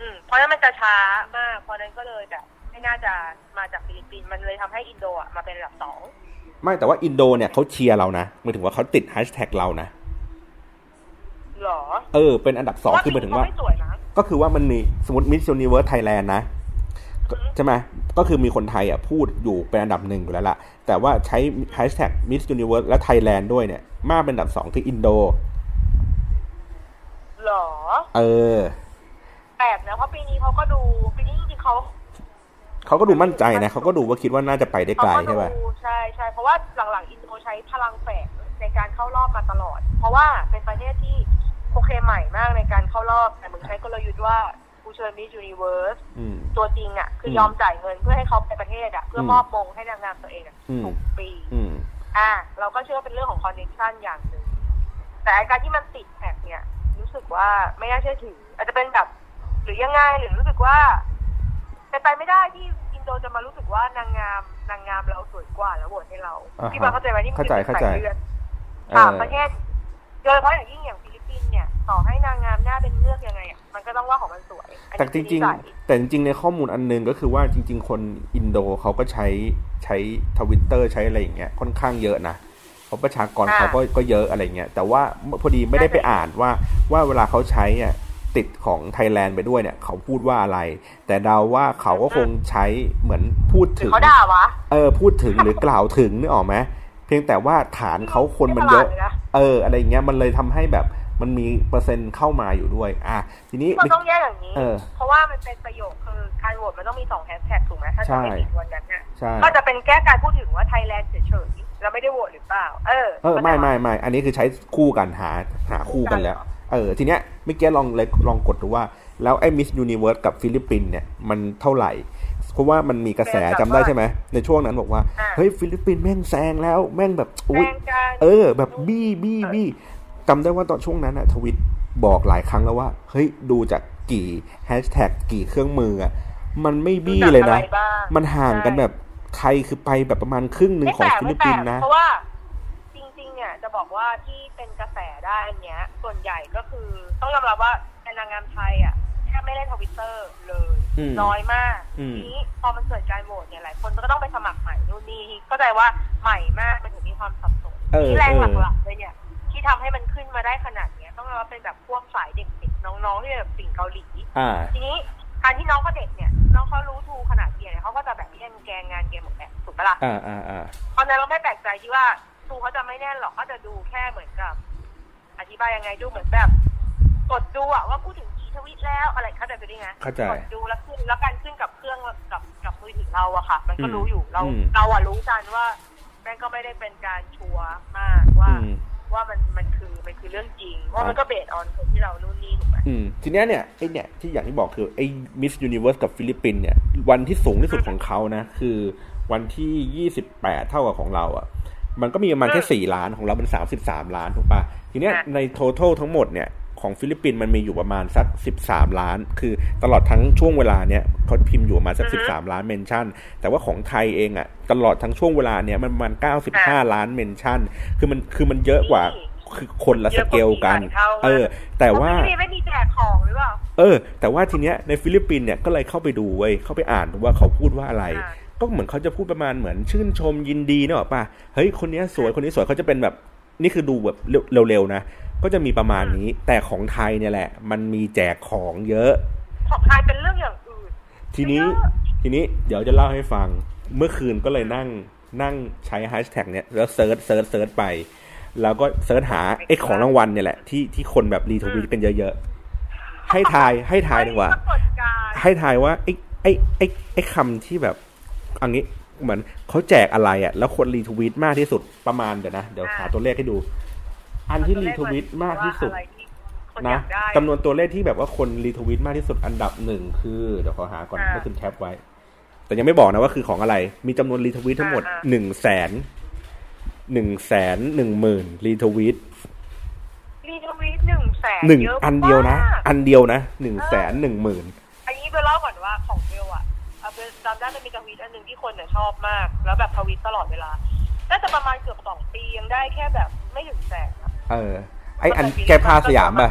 S2: อืมเพราะฉะนั้นมันจะช้ามาก เพราะฉะนั้นก็เลยแบบไม่น่าจะมาจากฟิลิปปินส์มันเลยทำให้อินโดอ่ะมาเป็นอันดับสอง
S1: ไม่แต่ว่าอินโดเนี่ยเขาเชียร์เรานะหมายถึงว่าเขาติดแฮชแท็กเรานะ
S2: หรอ
S1: เออ เป็นอันดับสองคือหมายถึงว่า
S2: เพระฟิลิปปินส์เขไม่สวยนะ
S1: ก็คือว่ามันมีสมมติมิส s u นิเวิร์สไทยแลนด์นะก็
S2: อือฮึ
S1: ใช่ไหมก็คือมีคนไทยอ่ะพูดอยู่เป็นอันดับหนึ่งอยู่แล้วล่ะ แต่ว่าใช้แฮชแท็กมิส s u นิเวิร์สและไทยแลนด์ด้วยเนี่ย มากเป็นอันดับสองคืออินโด
S2: หรอ
S1: เออ
S2: แปลกนะเพราะปีนี้เขาก็ดูปีนี้จริงๆเขา
S1: เขาก็ดูมั่นใจนะ เขาก็ดูว่าคิดว่าน่าจะไปได้ไกลใช่ป่ะ
S2: เขาก็ดูใช่ใช่เพราะว่าหลังๆอินโดใช้พลังแฝงในการเข้ารอบมาตลอด เพราะว่าเป็นประเทศที่โอเคใหม่มากในการเข้ารอบแต่มึงใช้กลยุทธ์ว่ากูเชิญมิสยูนิเวิร์ส
S1: อืม
S2: ตัวจริงอ่ะ คือ
S1: ม
S2: ยอมจ่ายเงินเพื่อให้เขาไปประเทศอ่ะ เพื่ออ
S1: ม
S2: มอบมงให้นางงามตัวเองอ่ะ
S1: อืม
S2: ถูกปี
S1: อืม
S2: อ่ะเราก็เชื่อว่าเป็นเรื่องของคอนเนคชั่นอย่างหนึ่งแต่ไอ้การที่มันติดแท็กเนี่ย รู้สึกว่าไม่น่าเชื่อถือ อาจจะเป็นแบบ หรือยังไงหรือรู้สึกว่า เป็นไปไม่ได้ที่อินโดจะมารู้สึกว่านางงามนางงามเราสวยกว่าแล้วโหวตให้เรา
S1: อ่าฮะ
S2: พี่บอลเข้าใจไหมนี่มัน
S1: เข้าใจ
S2: ป็นสย
S1: เข้าใจ
S2: เลือด
S1: เอ
S2: ต่าง
S1: อ
S2: ประเทศโดยเฉพาะอย่างยิ่งอย่างฟิลิปปินส์เนี่ยต่อให้นางงามหน้าเป็นเลือกยังไงอ่ะมันก็ต้องว่าของมันสวยอันนี้
S1: แต่จริง
S2: คือนิสัย
S1: ๆแต่จริงๆในข้อมูลอันหนึงก็คือว่าจริง ๆ คนอินโดเขาก็ใช้ใช้ทวิตเตอร์ใช้อะไรอย่างเงี้ยค่อนข้างเยอะนะเพราะประชากรเขาก็ก็เยอะอะไรเงี้ยแต่ว่าพอดีไม่ได้ไปอ่านว่าว่าเวลาเขาใช้อ่ะติดของไทยแลนด์ไปด้วยเนี่ย เขาพูดว่าอะไร แต่เดาว่าเขาก็คงใช้เหมือนพูด
S2: หรื
S1: ถึ
S2: อง เขาด่าวะ
S1: เออพูดถึงหรือกล่าวถึงนึกออกไหมเพียงแต่ว่าฐานเขาคนมันเยอะ
S2: ไประหลาดลนะ
S1: เออ อะไรอย่างเงี้ยมันเลยทำให้แบบมันมีเปอร์เซ็นต์เข้ามาอยู่ด้วย อ่ะทีนี้
S2: มันต้องแยกอย่างนี้
S1: เออ
S2: เพราะว่ามันเป็นประโยคคือการโหวตมันต้องมีสองแฮชแท็กถูกไหมถ้าจะไม่ผิดวันนั้นน่ะ
S1: ใช่
S2: ก็จะเป็นแก้การพูดถึงว่าไทยแลนด์เฉยๆแล้วไม่ได้โหวตหรือเปล่า เออ
S1: เออไม่ไม่ไม่อันนี้คือใช้คู่กันหาหาคู่กันแล้ว เออ ทีเนี้ยเมื่อกี้ลองเลยลองกดดูว่า แล้วไอ้มิสยูนิเวิร์สกับฟิลิปปินส์เนี่ย มันเท่าไหร่ เพราะว่ามันมีกระแสจำได้ใช่ไหม ในช่วงนั้นบอกว่า
S2: อ่ะ
S1: เฮ้ย ฟิลิปปินส์แม่งแซงแล้วแม่งแบบอุ้ย
S2: แรงการ
S1: เออ แบบบี้บี้บี้จำได้ว่าตอนช่วงนั้นอะทวิตบอกหลายครั้งแล้วว่า เฮ้ย ดูจากกี่แฮชแท็กกี่เครื่องมืออะมันไม่บี้เลยนะ
S2: รู้จักอไรบ้าง
S1: มันห่างกันแบบไทยคือไปแบบประมาณครึ่งหนึ่ง
S2: ไม่
S1: ข
S2: แป
S1: อง
S2: ลก
S1: ฟิลิ
S2: ไม่
S1: ป
S2: แปล
S1: ปิน
S2: ก
S1: ส์นะ
S2: เพราะว่าจริงๆเนี่ยจะบอกว่าที่เป็นกระแสได้อันเนี้ย ส่วนใหญ่ก็คือ ต้องยอมรับว่าในนางงามไทยอ่ะแทบไม่เล่นทวิตเตอร์เลย
S1: อืม
S2: น้อยมาก
S1: อืม
S2: ทีนี้พอมันเกิดการโหวตเนี่ยหลายคนก็ต้องไปสมัครใหม่นู่นนี่ก็ใจว่าใหม่มากมันถึงมีความสับสน
S1: เออ
S2: ที่แรง
S1: เออ
S2: หลักๆเลยเนี่ย ที่ทำให้มันขึ้นมาได้ขนาดเนี้ย ต้องยอมรับเป็นแบบพวกสายเด็กๆน้องๆที่แบบสิ่งเกาหลี
S1: อ่า
S2: ทีนี้การที่น้องเขาเด็กเนี่ย น้องเขารู้ทูขนาดเดียวเนี่ยเขาก็จะแบบเล่นแกงงานเกมหมดแหละถูกปะล่ะ
S1: อ่าอ่าอ่า
S2: เพราะฉะนั้นเราไม่แปลกใจที่ว่าทูเขาจะไม่แน่นหรอกเขาจะดูแค่เหมือนกับ อธิบายยังไงดูเหมือนแบบ กดดูอะว่าพูดถึงกี่ ทวิตแล้วอะไรเข้าใจไปได้ไง
S1: เข้าใจ
S2: กดดูแล้วขึ้นแล้วการขึ้นกับเครื่องกับกับมือถือเราอะค่ะ มันก็
S1: อืม
S2: รู้อยู่เรา
S1: อืม
S2: เราอะรู้กันว่าแม่งก็ไม่ได้เป็นการชัวร์มากว่า
S1: อืม
S2: ว่ามันมันคือมันคือเรื่องจริง
S1: ค
S2: ว่า
S1: รับ
S2: มันก็เบสออนคนที่เรานู่นนี่ถูกไหม
S1: อืมทีเนี้ยเนี่ยไอเนี่ยที่อย่างที่บอกคือไอมิสยูนิเวิร์สกับฟิลิปปินส์เนี่ยวันที่สูงที่สุดของเขานะ คือวันที่ยี่สิบแปดเท่ากับของเราอะ่ะ มันก็มีประมาณแค่สี่ล้านของเรามันสามสิบสามล้านถูกปะทีเนี้ยใน total ทั้งหมดเนี่ยของฟิลิปปินส์มันมีอยู่ประมาณสักสิบสามล้าน คือตลอดทั้งช่วงเวลาเนี่ยเขาพิมพ์อยู่ประมาณสักสิบสามล้านเมนชั่น แต่ว่าของไทยเองอะ่ะตลอดทั้งช่วงเวลาเนี่ยมันประมาณเก้าสิบห้าล้านเมนชั่น คือมันคือมันเยอะกว่าคือคนละสเกลกัน เออ แต่ว่า
S2: เพระไม่ได้ไม่มีแจกของหรือเปล่า
S1: เออแต่ว่าทีเนี้ยในฟิลิปปินส์เนี่ยก็เลยเข้าไปดูเว้ยเข้าไปอ่านดูว่าเขาพูดว่าอะไร
S2: อ่า
S1: ก็เหมือนเขาจะพูดประมาณเหมือนชื่นชมยินดีเนอะป่ะเฮ้ยคนเนี้ยสวยคนนี้สวยเขาจะเป็นแบบนี่คือดูแบบเร็วๆนะ ก็จะมีประมาณนี้ แต่ของไทยเนี่ยแหละ มันมีแจกของเยอะ
S2: ของไทยเป็นเรื่องอย่างอื่น
S1: ทีนี้
S2: เยอะ
S1: ทีนี้เดี๋ยวจะเล่าให้ฟังเมื่อคืนก็เลยนั่งนั่งใช้แฮชแท็กเนี่ยแล้วเซิร์ชเซิร์ชเซิร์ชไป แล้วก็เซิร์ชหาไอ้ของรางวัลเนี่ยแหละที่ที่คนแบบรีทวีตกันเยอะๆให้ทายให้ทายดีกว่า
S2: ไม่มีปรากฏการณ์
S1: ให้ทายว่าไอ้ไอ้ไอ้ไอ้คำที่แบบเอันนี้เหมือนเขาแจกอะไรอะ่ะ แล้วคนรีทวีตมากที่สุดประมาณเดี๋ยวนะ เดี๋ยวหาตัวเลขให้ดู อันที่รีทวีตมากที่สุด
S2: อะไรที่คนอ
S1: นะ
S2: ยากได้
S1: จำนวนตัวเลขที่แบบว่าคนรีทวีตมากที่สุดอันดับหนึ่งคือเดี๋ยวขอหาก่อน
S2: อ่า
S1: เมื่อคืนแคปไว้ แต่ยังไม่บอกนะว่าคือของอะไร มีจำนวนรีทวีตทั้งหมด
S2: อ่า
S1: หนึ่งแสนหนึ่งแสนหนึ่งหมื่นรีทวีต
S2: รีทวีตหนึ่งแสน
S1: หนึ่ง
S2: เยะ
S1: อันเดียวนะ
S2: มาก
S1: อันเดียวนะหนึ่ง
S2: เออ
S1: แสนหนึ่งหมื่น
S2: อันนี้เบลเล่าก่อนว่าของเบลอะเอาเบลจำได้มันมีทวีตอันหนึ่งที่คนเนี่ยชอบมาก แล้วแบบทวีตตลอดเวลา น่าจะประมาณเกือบสองปียังได้แค่แบบไม่ถึงแสนอะ
S1: เออ ไออันแกพาสยามป่ะ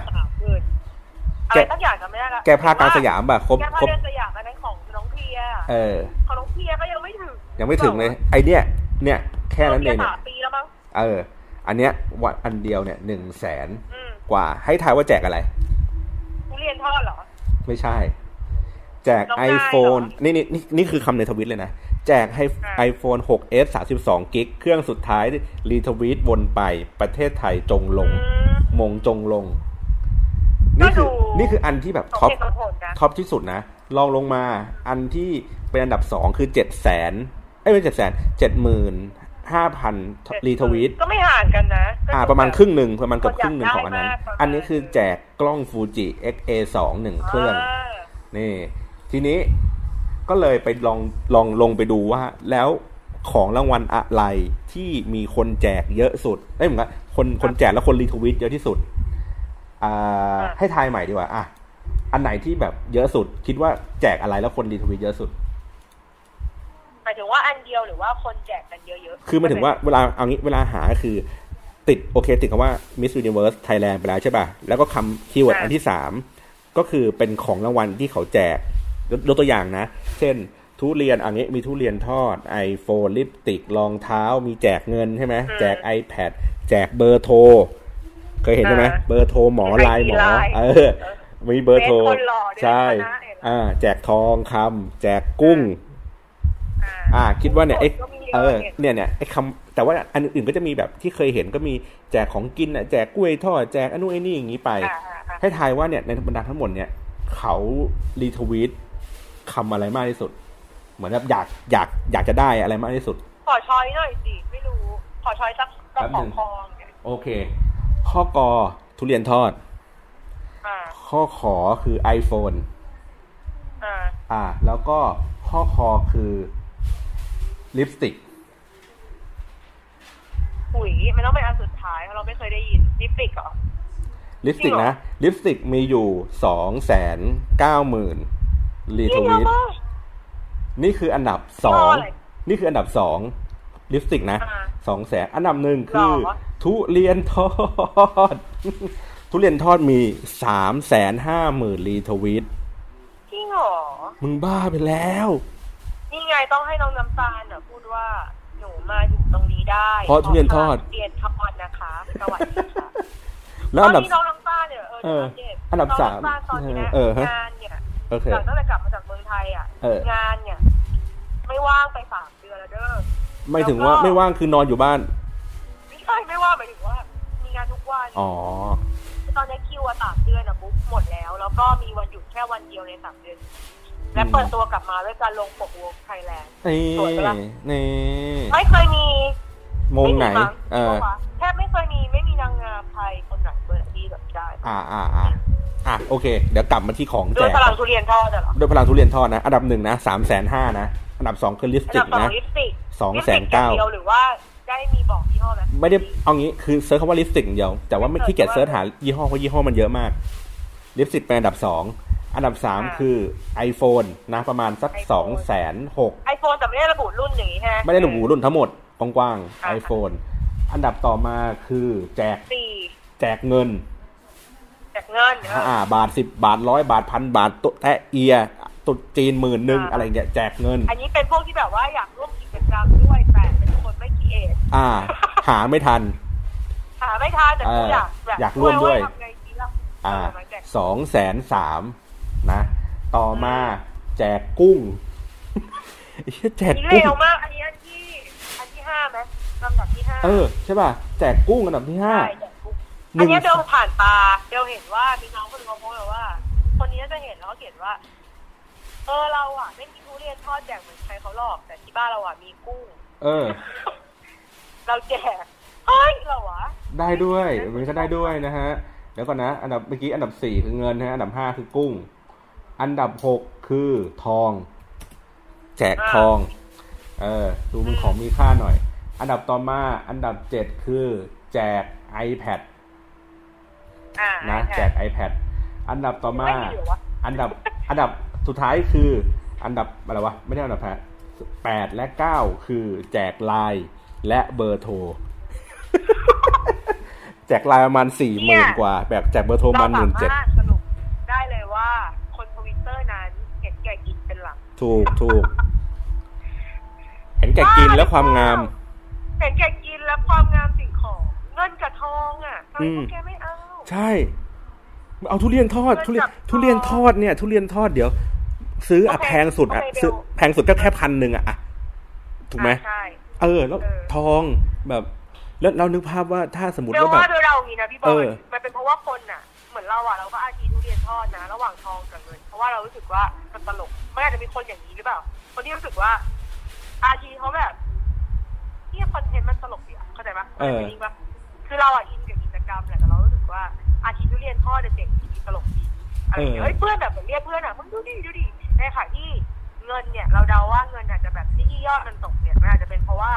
S2: อะไรตั้งอย่างกันไม่ได้ละ
S1: แกพากลารสยามป่ะครบ
S2: แกพา
S1: ครบ
S2: เดินสยามอันนั้นของน้องเพีย
S1: เออ
S2: ของน้องเพียก็ยังไม่ถึง
S1: ยังไม่ถึงเลย ไอเนี้ยเนี่ยแค่นั้นเอง
S2: พีย
S1: เนี่ย
S2: สามปีแล้วมั้ง
S1: เออ อันเนี้ยวันอันเดียวเนี่ยหนึ่งแสน
S2: อืม
S1: กว่า ให้ทายว่าแจกอะไร
S2: ทุเรียนทอดเหรอ
S1: ไม่ใช่ แจก
S2: น้องนาย
S1: iPhone นี่นี่นี่นี่คือคำในทวิตเลยนะ แจกให้
S2: อ่า
S1: iPhone 6s 32กิกเครื่องสุดท้าย รีทวีตวนไปประเทศไทยจงลง
S2: อืม
S1: มงจงลง นี่คือ
S2: ก็ดู
S1: นี่คืออันที่แบบ
S2: สม
S1: ท็อป
S2: เหตุสมผลนะ
S1: ท็อปที่สุดนะรองลงมาอันที่เป็นอันดับสองคือเจ็ดแสนเอ้ยไม่เจ็ดแสนเจ็ดหมื่นห้าพันรีทวิต
S2: ก็ไม่ห่างกันนะก็
S1: อ่า
S2: คือ
S1: ประมาณ
S2: แบบ
S1: ครึ่งหนึ่งประมาณเกือบครึ่งหนึ่ง
S2: ค
S1: ขอ
S2: นอง ยา
S1: อันนั้
S2: กได้
S1: น
S2: มากประมาณ
S1: อันนี้คือแจกกล้องฟูจิ XA2 หนึ่งเครื่อง
S2: า
S1: นี่ ทีนี้ก็เลยไปลองลองลงไปดูว่า แล้วของรางวัลอะไรที่มีคนแจกเยอะสุดเอ้ยเหมือนกันคนคนแจกแล้วคนรีทวิตเยอะที่สุด อ่า ให้ทายใหม่ดีกว่า อ่ะ อันไหนที่แบบเยอะสุด คิดว่าแจกอะไรแล้วคนรีทวิตเยอะสุด
S2: หมายถึงว่าอันเดียวหรือว่าคนแจกกันเยอะๆ
S1: คือหมายถึงว่าเวลาเอางี้เวลาหาคือ ติดโอเค ติดคำว่า Miss Universe Thailand ไปแล้วใช่ป่ะ แล้วก็คำคีย์เวิร์ดอันที่สามก็คือเป็นของรางวัลที่เขาแจกยกยกตัวอย่างนะ เช่น ทุเรียนอันนี้มีทุเรียนทอด iPhone ลิปสติกรองเท้า มีแจกเงินใช่ไหมแจก iPad แจกเบอร์โทร เคยเห็นใช่ไหมเบอร์โทรหมอลายหมอเออ
S2: เออ
S1: มีเบอร์โทร
S2: เป็นคนหล่อด้วย
S1: ใช่
S2: นะเห็นไหม
S1: อ่า แจกทองคำแจกกุ้ง อ่าคิดว่าเนี่ยไอ้
S2: ก็มี
S1: เอ
S2: เย
S1: อ
S2: อะเนี่ย
S1: เนี่ยเนี่ยไอ้คำแต่ว่าอันอื่นๆก็จะมีแบบที่เคยเห็นก็มีแจกของกินอ่ะแจกกล้วยทอดแจกอนนุนไอ้นี่อย่างนี้ไป
S2: อ่าอ่าอ่า
S1: ให้ทายว่าเนี่ยในบรรดาทั้งหมดเนี่ยเขารีทวีตคำอะไรมากที่สุด เหมือนแบบอยากอยากอยากจะได้อะไรมากที่สุด
S2: ขอช้อยหน่อยสิ ไม่รู้ ขอช้อยสักกระ
S1: แป๊บห
S2: ป๋
S1: นึ่
S2: อง
S1: ง
S2: ทองเนี่ย
S1: โอเค ข้อกอทุเรียนทอด
S2: อ่า
S1: ข้อขอคือ iPhone
S2: อ่า
S1: อ่า แล้วก็ข้อคอคือลิปสติก
S2: ปุ๋ยมันต้องเป็นอันสุดท้ายเพราะเราไม่เคยได้ยินลิปติกเหรอ
S1: ลิปสติกนะ ลิปสติกมีอยู่สองแสนเก้าหมื่นรีท
S2: นี่เย
S1: วี
S2: อะ
S1: ต
S2: มาก
S1: นี่คืออันดับสอ
S2: เท่าง ไหร่
S1: นี่คืออันดับสองลิปสติกนะ
S2: อ่า
S1: สองแสนอันดับหนึ่งคือ
S2: หรอ
S1: ทุเรียนทอด ทุเรียนทอดมีสามแสนห้าหมื่นรีทวีต
S2: จริงเหรอ
S1: มึงบ้าไปแล้ว
S2: นี่ไงต้องให้น้องน้ำตาลน่ะพูดว่าหนูมาถึงตรงนี้ได้
S1: เพราะทุเรียนทอด
S2: เพราะเรียนทอดนะคะสวัสดีค่ะ
S1: แล้วอันดับ
S2: ตนนี้น้องน้ำตาลเนี่ยเออ
S1: เออ
S2: เดี๋ยว
S1: อันดับสาม
S2: น้องน้ำตลตอนนี้นะ
S1: เออฮะ
S2: งานเนี่ย
S1: โอเค
S2: หลังตั้งแต่กลับมาจากเมืองไทยอ่ะ
S1: เออ
S2: งานเนี่ย ไม่ว่างไปสามเดือนแล้วเด้อ
S1: ไม่ถึงว่า
S2: แล้วก็
S1: ไม่ว่างคือนอนอยู่บ้าน
S2: ไม่ใช่ไม่ว่างหมายถึงว่า มีงานทุกวัน
S1: อ๋อ
S2: ตอนนี้คิวอะสามเดือนอะบุ๊กหมดแล้ว แล้วก็มีวันหยุดแค่วันเดียวในสามเดือน และเปิดตัวกลับมาด้วยการลงปกวงไทยแลนด์
S1: นี่
S2: สวยปะล่ะ
S1: นี่
S2: ไม่เคยมี
S1: มงไหน
S2: ม่มีมั้ง
S1: เออ
S2: แทบไม่เคยมีไม่มีนางงามไทยคนไหนเลยที่แบบได้
S1: อ่าอ่าอ่าอ่ะโอเค เดี๋ยวกลับมาที่ของ
S2: โด
S1: แจ
S2: ย
S1: ก
S2: พลังทุเรียนทอดอะเหรอ
S1: ด้วยพลังทุเรียนทอดนะ อันดับหนึ่งนะสามแสนห้านะ อันดับสองคือลิปส
S2: อัน
S1: ติ
S2: ดั
S1: ก
S2: บสอง
S1: นะ
S2: ลิปสติก
S1: สอง
S2: ลิป
S1: แส
S2: ติ
S1: น
S2: ก
S1: เก้า
S2: อย่งดียวหรือว่าได้มีบอกยี่ห้อไหม
S1: ไม่ได้เอางี้คือเซิร์ชคำว่าลิปสติกอย่างเดียว แต่ว่าไม่
S2: ไม่
S1: ที่เกียจ
S2: เสิ
S1: เซิ
S2: ร์
S1: ร์ช
S2: ช
S1: หายี่ห้อเพราะยี่ห้อมันเยอะมาก ลิปสติกเป็นอันดับสองอันดับสาม
S2: อ่า
S1: คือ iPhone นะ ประมาณสัก
S2: iPhone
S1: สองแสนหก
S2: ไอโฟนแต่ไม่ได้ระบุรุ่นอย่างนี้ฮะ
S1: ไม่ได้ระบุรุ่นทั้งหมดกว้าง
S2: อ่า
S1: ๆ iPhone อันดับต่อมาคือแจก
S2: สี่
S1: แจกเงิน
S2: จากเงินเออ
S1: อ่าบาทสิบบาทร้อยบาทพันบาทตุ๊แตะเอียตุ๊ดจีนหมื่นหนึ่ง
S2: อ่า
S1: อะไรเงี้ยแจกเงิน
S2: อันนี้เป็นพวกที่แบบว่าอยากร่วมกิจกรรมด้วยแต่เป็นคนไม่คิดเอง
S1: อ่า หาไม่ทัน
S2: หาไม่ทันแต่
S1: เออ
S2: อยากแบบ
S1: อยากร่วมด้วย
S2: ทำไงดีล่ะ
S1: อ่า
S2: เมาแจก
S1: สองแสนสามนะ ต่อมาแจกกุ้ง ไอ้เหี้ยแจก
S2: นี่
S1: กุ้ง
S2: เร็วมากอันนี้อันที่อันที่ห้าไหมลำดับที่ห้า
S1: เออ ใช่ป่ะ แจกกุ้งอันดับที่ห้า
S2: ใช่แจกปุ๊บ
S1: หนึ่ง
S2: อันนี้เดลผ่านตาเดลเห็นว่ามีน้องคนหนึงเขาโพสต์แบบว่า คนนี้จะเห็นแล้วก็เขียนว่า เออเราอ่ะไม่มีทุเรียนทอดแจกเหมือนใครเขาหรอกแต่ที่บ้านเราอ่ะมีกุ้ง
S1: เออ
S2: เราแจกเฮ้ยเหรอวะ
S1: ได้ด้วยมันก็ได้ด้วยนะฮะเดี๋ยวก่อนนะ อันดับเมื่อกี้อันดับสี่คือเงินนะฮะอันดับห้าคือกุ้ง อันดับหกคือทอง แจกทอง เออ ดูเป็นของมีค่าหน่อย อันดับต่อมาอันดับเจ็ดคือ แจก iPad
S2: อ่า
S1: นะ
S2: ใช่
S1: แจก iPad อันดับต่อมา
S2: ไม่มีเหรอวะ
S1: อันดับอันดับสุดท้ายคือ อันดับอะไรวะไม่ใช่อันดับแปดแปดและเก้าคือแจกไลน์และเบอร์ โทร แจกไลน์ประมาณสี่หมื่นกว่า แบบแจกเบอร์โทรประมาณหมื่นเจ็ด
S2: เราสามารถสรุปได้เลยว่าคนทวิตเตอร์นั้นเห็นแก่กินเป็นหลัก
S1: ถูกถูกเห็นแก่กินและความงาม
S2: เห็นแก่กินและความงามสิ่งของ เงินกับทองอ่ะทำไม
S1: อื
S2: พ
S1: ม
S2: วกแกไม่เอา
S1: ใช่ เอาทุเรียนทอดทุเรียน
S2: เงินกับ
S1: ทุเรียนทอดเนี่ย ทุเรียนทอดเดี๋ยว ซื้ออะ
S2: โอเค
S1: แพงสุดอะ
S2: โอเคเบล
S1: ซื้อแพงสุดก็แค่พันหนึ่งอะอะถูกไหม
S2: อ่ะใช่
S1: เออแล้ว
S2: เออ
S1: ทองแบบแล้วเรานึกภาพว่าถ้าสมมติ
S2: เรียก
S1: ว่าแบ
S2: ว่า
S1: บ
S2: โดยเราอย่างนี้นะพี่บอ
S1: เอ
S2: ล
S1: อ
S2: มันเป็นเพราะว่าคนอ่ะ เหมือนเราอ่ะเราก็อาชีพทุเรียนทอดนะ ระหว่างทองกับเงิน เพราะว่าเรารู้สึกว่ามันตลกไม่อาจจะมีคนอย่างนี้หรือเปล่า คนที่รู้สึกว่า อาชีพเขาแบบเนี่ยคอนเทนต์มันตลกดีอะเข้าใจปะ
S1: เออ
S2: จริงปะคือเราอ่ะอินกับกิจกรรมแหละแต่เรารู้สึกว่าอาชีพทุเรียนทอดเด็กๆที่ตลกดีอะไรอย่างเงี้ยเฮ้ยเพื่อนแบบเหมือนเรียกเพื่อนอ่ะมึงดูดิดูดิในขณะที่เงินเนี่ย เราเดาว่าเงินอาจจะแบบที่ยอดมันตกเนี่ยมันอาจจะเป็นเพราะว่า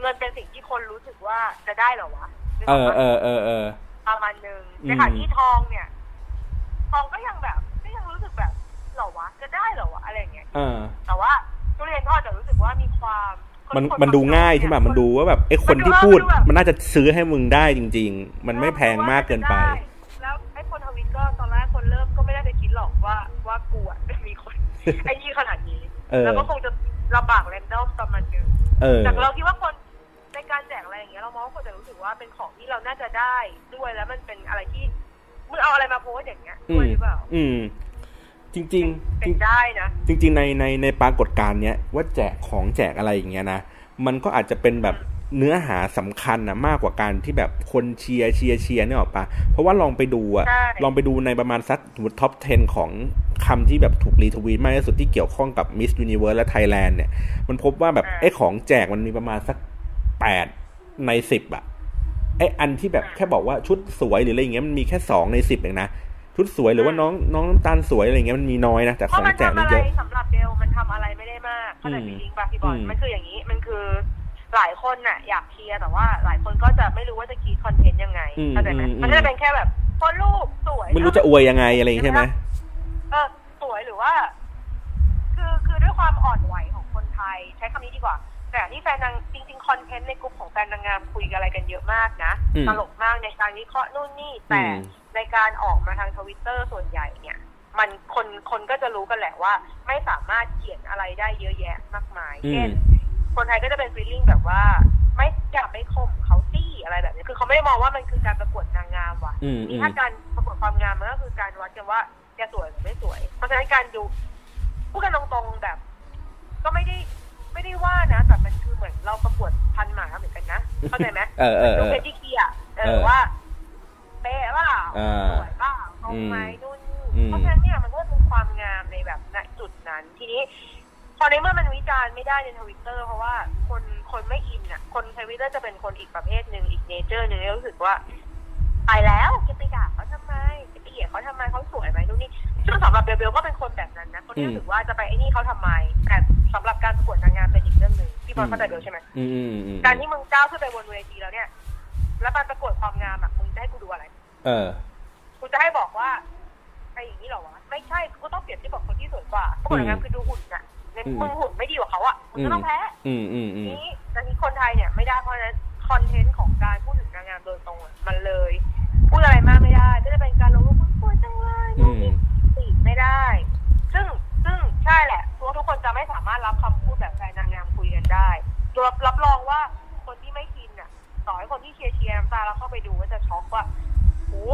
S2: เงินเป็นสิ่งที่คนรู้สึกว่าจะได้เหรอวะนึก
S1: เอก อ
S2: ปะ
S1: เออเออเออ
S2: ประมาณหนึ่ง
S1: อืม
S2: ในขณะที่ทองเนี่ย ทองก็ยังแบบก็ยังรู้สึกแบบเหรอวะจะได้เหรอวะอะไรอย่างเงี้ย
S1: เออ
S2: แต่ว่าทุเรียนทอดจะรู้สึกว่ามีความ
S1: มัน
S2: ค
S1: มันดูง่าย
S2: ค
S1: ใช่ไหม
S2: เ
S1: มันดูว่าแบบไอ้คนที่พูด มันน่าจะซื้อให้มึงได้จริง ๆ มันไม่แพงมากเกินไป
S2: ด้แล้วไอ้คนทวิตก็ตอนแรกคนเริ่มก็ไม่ได้จะคิดหรอกว่าว่ากลัวจะมีคน ไอ้นี่ขนาดนี้
S1: เออ
S2: แล้วก็คงจะลำบากแรนดอมประมาณหนึง
S1: เออ
S2: แต่เราคิดว่าคนในการแจกอะไรอย่างเงี้ยเรามองว่าคนจะรู้สึกว่าเป็นของที่เราน่าจะได้ด้วยแล้วมันเป็นอะไรที่มึงเอาอะไรมาโพสอย่างเงี้ย
S1: อื
S2: ด้ว
S1: ม
S2: ยหรือเปล่า
S1: อืม จริง ๆ จริง
S2: เป็นได้นะ
S1: จริง ๆ ในในในปรากฏการณ์เนี้ยว่าแจกของแจกอะไรอย่างเงี้ยนะมันก็อาจจะเป็นแบบเนื้อหาสำคัญนะมากกว่าการที่แบบคนเชียร์เชียร์เชียร์เนี่ยหรอกปะเพราะว่าลองไปดูอะ
S2: ใช่
S1: ลองไปดูในประมาณสักท็อป 10 ของคำที่แบบถูกรีทวีตมากที่สุดที่เกี่ยวข้องกับ Miss Universe และ Thailand เนี่ย มันพบว่าแบบไอ้ของแจกมันมีประมาณสัก 8 ใน 10อะไอ้อันที่แบบแค่บอกว่าชุดสวยหรืออะไรอย่างเงี้ยมันมีแค่ 2 ใน 10เองนะ ชุดสวยหรือว่าน้องน้องน้ำตาลสวยอะไรอย่างเงี้ยมันมีน้อยนะ แต่
S2: เพ
S1: ขอ
S2: ราะ
S1: ง
S2: มัน
S1: แจก
S2: ทำ
S1: นี่
S2: อะไร
S1: เยอะ
S2: สำหรับเบลมันทำอะไรไม่ได้มากเข้าใจ
S1: อืม
S2: จริงๆป่ะพี่บอล
S1: อืม
S2: มันคืออย่างนี้มันคือหลายคนน่ะ อยากเชียร์แต่ว่าหลายคนก็จะไม่รู้ว่าจะคิดคอนเทนต์ยังไงเข้าใจไหมมันก็จะเป็นแค่แบบโพสรูปสวย
S1: ไม่รู้จะอวยยังไงอะไรอย่างงี้ใช่ไหม
S2: เออสวยหรือว่า คือคือด้วยความอ่อนไหวของคนไทย ใช้คำนี้ดีกว่า แต่ที่แฟนนางจริงๆคอนเทนต์ในกลุ่มของแฟนนางงามคุยกันอะไรกันเยอะมากนะ
S1: อืม
S2: ตลกมากในการวิเคราะห์นู่นนี่ แต่
S1: อืม
S2: ในการออกมาทางทวิตเตอร์ส่วนใหญ่เนี่ย มันคนคนก็จะรู้กันแหละว่า ไม่สามารถเขียนอะไรได้เยอะแยะมากมาย
S1: อื
S2: เช่
S1: ม
S2: น คนไทยก็จะเป็นฟีลลิ่งแบบว่า ไม่อยากไปข่มเขาตี้อะไรแบบนี้คือเขาไม่ได้มองว่ามันคือการประกวดนางงามว่ะ
S1: อืมอืม
S2: ถ้าการประกวดความงามมันก็คือการวัดกันว่าจะสวยหรือไม่สวย เพราะฉะนั้นการดูพูดกันตรงๆแบบ ก็ไม่ได้ไม่ได้ว่านะแต่มันคือเหมือนเราประกวดพันหมาเหมือนกันนะเข้าใจไหม
S1: เออเออ
S2: ดู
S1: เออ
S2: เพจที่เกียร์เอ
S1: เอ
S2: อ
S1: อ
S2: ว่าเป๊ะว่า
S1: เ อ่า
S2: สวยเปล่าตรงไหม
S1: อืม
S2: นู่น
S1: อื
S2: นี่
S1: ม
S2: เพราะฉะนั้นเนี่ยมันก็เป็นความงามในแบบณจุดนั้น ทีนี้ พอในเมื่อมันวิจารณ์ไม่ได้ในทวิตเตอร์เพราะว่าคนคนไม่อินอ่ะ คนทวิตเตอร์จะเป็นคนอีกประเภทหนึ่งอีกเนเจอร์หนึ่งแล้วรู้สึกว่า ไปแล้วจะไปด่าเขาทำไมจะไปเหยียดเขาทำไมเขาสวยไหมนู่นนี่ซึ่งสำหรับเบลเบลก็เป็นคนแบบนั้นนะคนที่
S1: อืม
S2: รู้สึกว่าจะไปไอ้นี่เขาทำไมแต่สำหรับการประกวดนางงามเป็นอีกเรื่องหนึ่งพี่บอลเข้าใจเบลใช่ไหม
S1: อืมอืมอืม
S2: การที่มึงก้าวขึ้นไปบนเวทีแล้วเนี่ย แล้วมันประกวดความงามอ่ะ มึงจะให้กูดูอะไร
S1: เออ
S2: กูจะให้บอกว่าไอ้อย่างนี้เหรอวะ ไม่ใช่ กูก็ต้องเปรียบเทียบกับคนที่สวยกว่าประกวดงามคือดูหุ่นอ่ะเน้น
S1: อืม
S2: มึงหุ่นไม่ดีกว่าเขาอ่ะ มึงก็ต้องแพ้
S1: อืมอืมอืม
S2: นี้แต่นี้คนไทยเนี่ยไม่ได้เพราะฉะนั้นคอนเทนต์ของการพูดถึงนางงามโดยตรงอะมันเลย พูดอะไรมากไม่ได้ ก็จะเป็นการลงรูปคุณสวยจังเลยรูปนี้ติดไม่ได้ ซึ่งซึ่งใช่แหละทุกทุกคนจะไม่สามารถรับคำพูดแบบแฟนนางงามคุยกันได้รับรับรองว่าคนที่ไม่กินอ่ะ ต่อให้คนที่เชียร์เชียร์น้ำตาแล้วเข้าไปดูก็จะช็อกว่าโอ้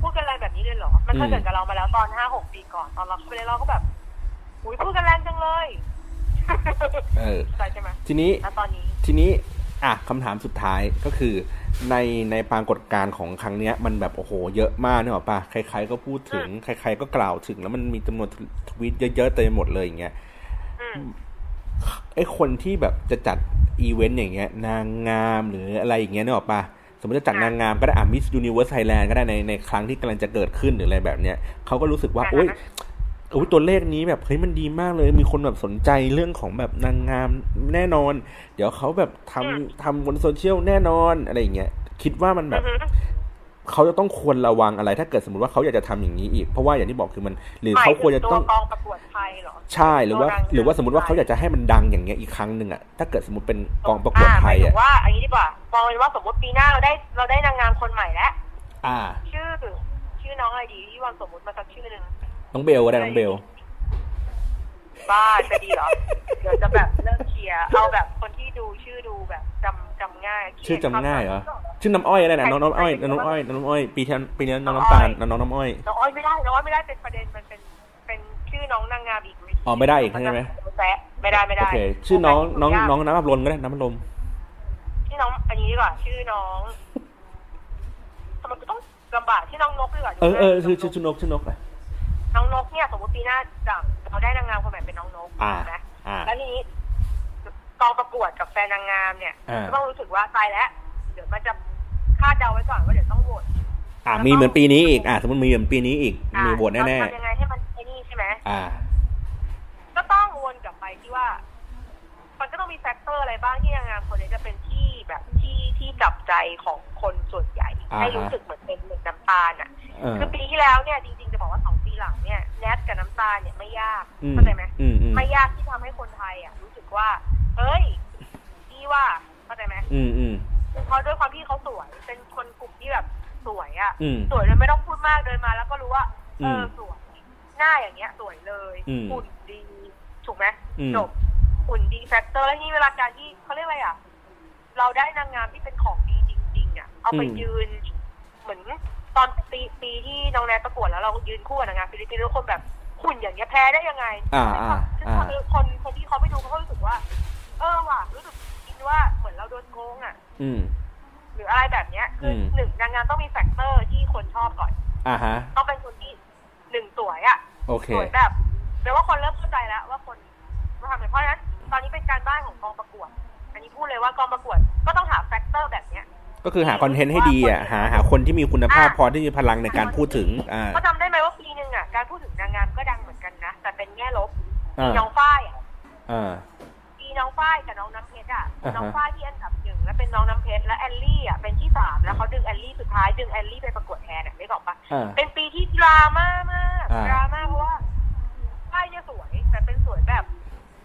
S2: พูดกันแรงแบบนี้เลยเหรอ มันเคยเกิดกับเรามาแล้วตอนห้าหกปีก่อนตอนเราเข้าไปเล่นเราก็แบบอุ้ยพูดกันแรงจังเลย
S1: เออ
S2: เข้าใจใช่ไหม
S1: ทีนี้
S2: แล้วตอนนี้
S1: ทีนี้อ่ะคำถามสุดท้ายก็คือ ในในปรากฏการณ์ของครั้งเนี้ย มันแบบโอ้โหเยอะมากเนี่ยหรอกปะใครๆก็พูดถึง ใคร ๆก็กล่าวถึง แล้วมันมีจำนวนทวีตเยอะๆเต็มไปหมดเลยอย่างเงี้ย
S2: อืม
S1: ไอ้คนที่แบบจะจัดอีเวนต์อย่างเงี้ย นางงามหรืออะไรอย่างเงี้ยเนี่ยหรอกปะสมมติจะจัดนางงามก็ได้อ่ะมิสยูนิเวอร์สไทยแลนด์ก็ได้ในในครั้งที่กำลังจะเกิดขึ้นหรืออะไรแบบเนี้ยเขาก็รู้สึกว่า โอ๊ย โอ้ยตัวเลขนี้แบบเฮ้ยมันดีมากเลย มีคนแบบสนใจเรื่องของแบบนางงามแน่นอน เดี๋ยวเขาแบบทำ
S2: อืม
S1: ทำบนโซเชียลแน่นอนอะไรอย่างเงี้ยคิดว่ามันแบบ
S2: อือฮึ
S1: เขาจะต้องควรระวังอะไร ถ้าเกิดสมมติว่าเขาอยากจะทำอย่างนี้อีก เพราะว่าอย่างที่บอกคือมัน หรือเขาควรจะต้อง
S2: หมายถึตัวกองประกวดไทยเหรอ
S1: ใช่หรือว่า
S2: ตัวดัง
S1: หรือว่าสมมติว่าเขาอยากจะให้มันดังอย่างเงี้ยอีกครั้งหนึ่งอะถ้าเกิดสมมติเป็นกองประกวดไทย
S2: หมาถึ
S1: อะ
S2: งว่าอันนี้ดีกว่ามองเป็นว่าสมมติปีหน้าเราได้เราได้นางงามคนใหม่แล้ว
S1: อ่า
S2: ชื่อชื่อน้องอะไรดีที่วันสมมติมาสักชื่อหนึ่ง
S1: น้องเบลก็ได้น้องเบล
S2: บ้าจะดีเหรอ เดี๋ยวจะแบบเริ่มเชียร์เอาแบบคนที่ดูชื่อดูแบบจำจำง่าย
S1: ชื่อจำง่ายเหรอชื่อน้ำอ้อยอะไรนะน้องน้ำอ้อยน้องน้ำอ้อยน้องน้ำอ้อยปีที่แล้วปีนี้น้องน้ำตาลน้องน้ำอ้อย
S2: น้องอ้อยไม่ได้น้องอ้อยไม่ได้เป็นประเด็นมันเป็นเป็นชื่อน้องนางงามอีกที
S1: อ๋อไม่ได้อีกใช่ไหม
S2: แซะไม่ได้ไม่
S1: โอ
S2: ได้
S1: เค ชื่อน้องน้องน้องน้ำอับลมก็ได้น้ำอับลม
S2: ชื่อน้องอันนี้ดีกว่าชื่อน้องทำไมกูต้องลำบากชื่อน้องนกดีกว่า
S1: เออเออชื่อชื่อชื่อนกชื่อนกอะ
S2: น้องนกเนี่ยสมมติปีหน้าจะเราได้นางงามคนใหม่เป็นน้องนก
S1: อ่า
S2: ใช่ไหม
S1: อ่า
S2: แล้วทีนี้กองประกวดกับแฟนนางงามเนี่ย
S1: อ่า
S2: ก็ต้องรู้สึกว่าตายแล้วเดี๋ยวมันจะคาดเดาไว้ก่อนว่าเดี๋ยวต้องโหวต
S1: อ่ามีเหมือนปีนี้อีกอ่าสมมติมีเหมือนปีนี้อีก
S2: อ่ะ
S1: มีโหวตแน่
S2: ต้องทำยังไงให้มันไอ้นี่ใช่ไหม
S1: ๆอ่า
S2: ก็ต้องวนกลับไปที่ว่า มันก็ต้องมีแฟกเตอร์อะไรบ้างที่นางงามคนนี้จะเป็นที่แบบที่ที่จับใจของคนส่วนใหญ่
S1: อ่าฮะ
S2: ให้รู้สึกเหมือนเป็นเหมือนน้ำตาลอ่ะ
S1: เออ
S2: คือปีที่แล้วเนี่ยจริงๆจะบอกว่าสองปีหลังเนี่ยแนทกับน้ำตาลเนี่ยไม่ยาก
S1: อืม
S2: เข้าใจไหม
S1: อืมอืม
S2: ไม่ยากที่ทำให้คนไทยอ่ะ รู้สึกว่า เฮ้ยนี่ว่าเข้าใจไหม
S1: อืมอืม
S2: เพราะด้วยความที่เขาสวย เป็นคนกลุ่มที่แบบสวยอ่ะ
S1: อืม
S2: สวยเลยไม่ต้องพูดมากเดินมา แล้วก็รู้ว่า เออ
S1: ม
S2: อสวย หน้าอย่างเงี้ย สวยเลย
S1: อืม
S2: หุ่นดีถูกไหม
S1: อืม
S2: จบหุ่นดีแฟกเตอร์แล้วนี่เวลาการที่เขาเรียกอะไรอ่ะ เราได้นางงามที่เป็นของดีจริง ๆ อ่ะ เอาไปยืน เหมือนตอนปีปีที่น้องแนทประกวดแล้วเรายืนคู่กับนางงามฟิลิปปินส์แล้วคนแบบหุ่นอย่างเงี้ยแพ้ได้ยังไง
S1: อ่าอ่า
S2: ซึ่ง
S1: อ่า
S2: คนคนคนที่เขาไม่ดูเขาก็รู้สึกว่า เออว่ะรู้สึกคิดว่าเหมือนเราโดนโกงอ่ะ
S1: อืม
S2: หรืออะไรแบบเนี้ย คืออ
S1: ม
S2: หนึ่งนางงามต้องมีแฟกเตอร์ที่คนชอบก่อน
S1: อ่าฮะ
S2: ต้องเป็นคนที่หนึ่งสวยอ่ะ
S1: โอเค
S2: สวยแบบแปลว่าคนเริ่มเข้าใจแล้วว่าคนว่าทำไงเพราะฉะนั้นตอนนี้เป็นการบ้านของกองประกวด อันนี้พูดเลยว่ากองประกวดก็ต้องหาแฟกเตอร์แบบเนี้ย
S1: ก็คือหาคอนเทนต์ให้ดีอ่ะหาหาคนที่มีคุณภาพพอที่มีพลังในการพูดถึง อ่า
S2: ก็จำได้ไหมว่าปีหนึ่งอ่ะการพูดถึงนางงามก็ดังเหมือนกันนะแต่เป็นแง่ลบ
S1: อ่า
S2: น้องฝ้ายอ่ะ
S1: อ่า
S2: มีน้องฝ้ายกับน้องน้ำเพชรอ่ะ
S1: อ่าฮะ
S2: น้องฝ้ายที่อันดับหนึ่งแล้วเป็นน้องน้ำเพชรและแอลลี่อ่ะเป็นที่สามแล้วเขาดึงแอลลี่สุดท้ายดึงแอลลี่ไปประกวดแทนอ่ะไม่บอกปะ
S1: อ่า
S2: เป็นปีที่ดราม่ามาก
S1: อ่า
S2: ดราม่าเพราะว่าฝ้ายเนี่ยสวยแต่เป็นสวยแบบ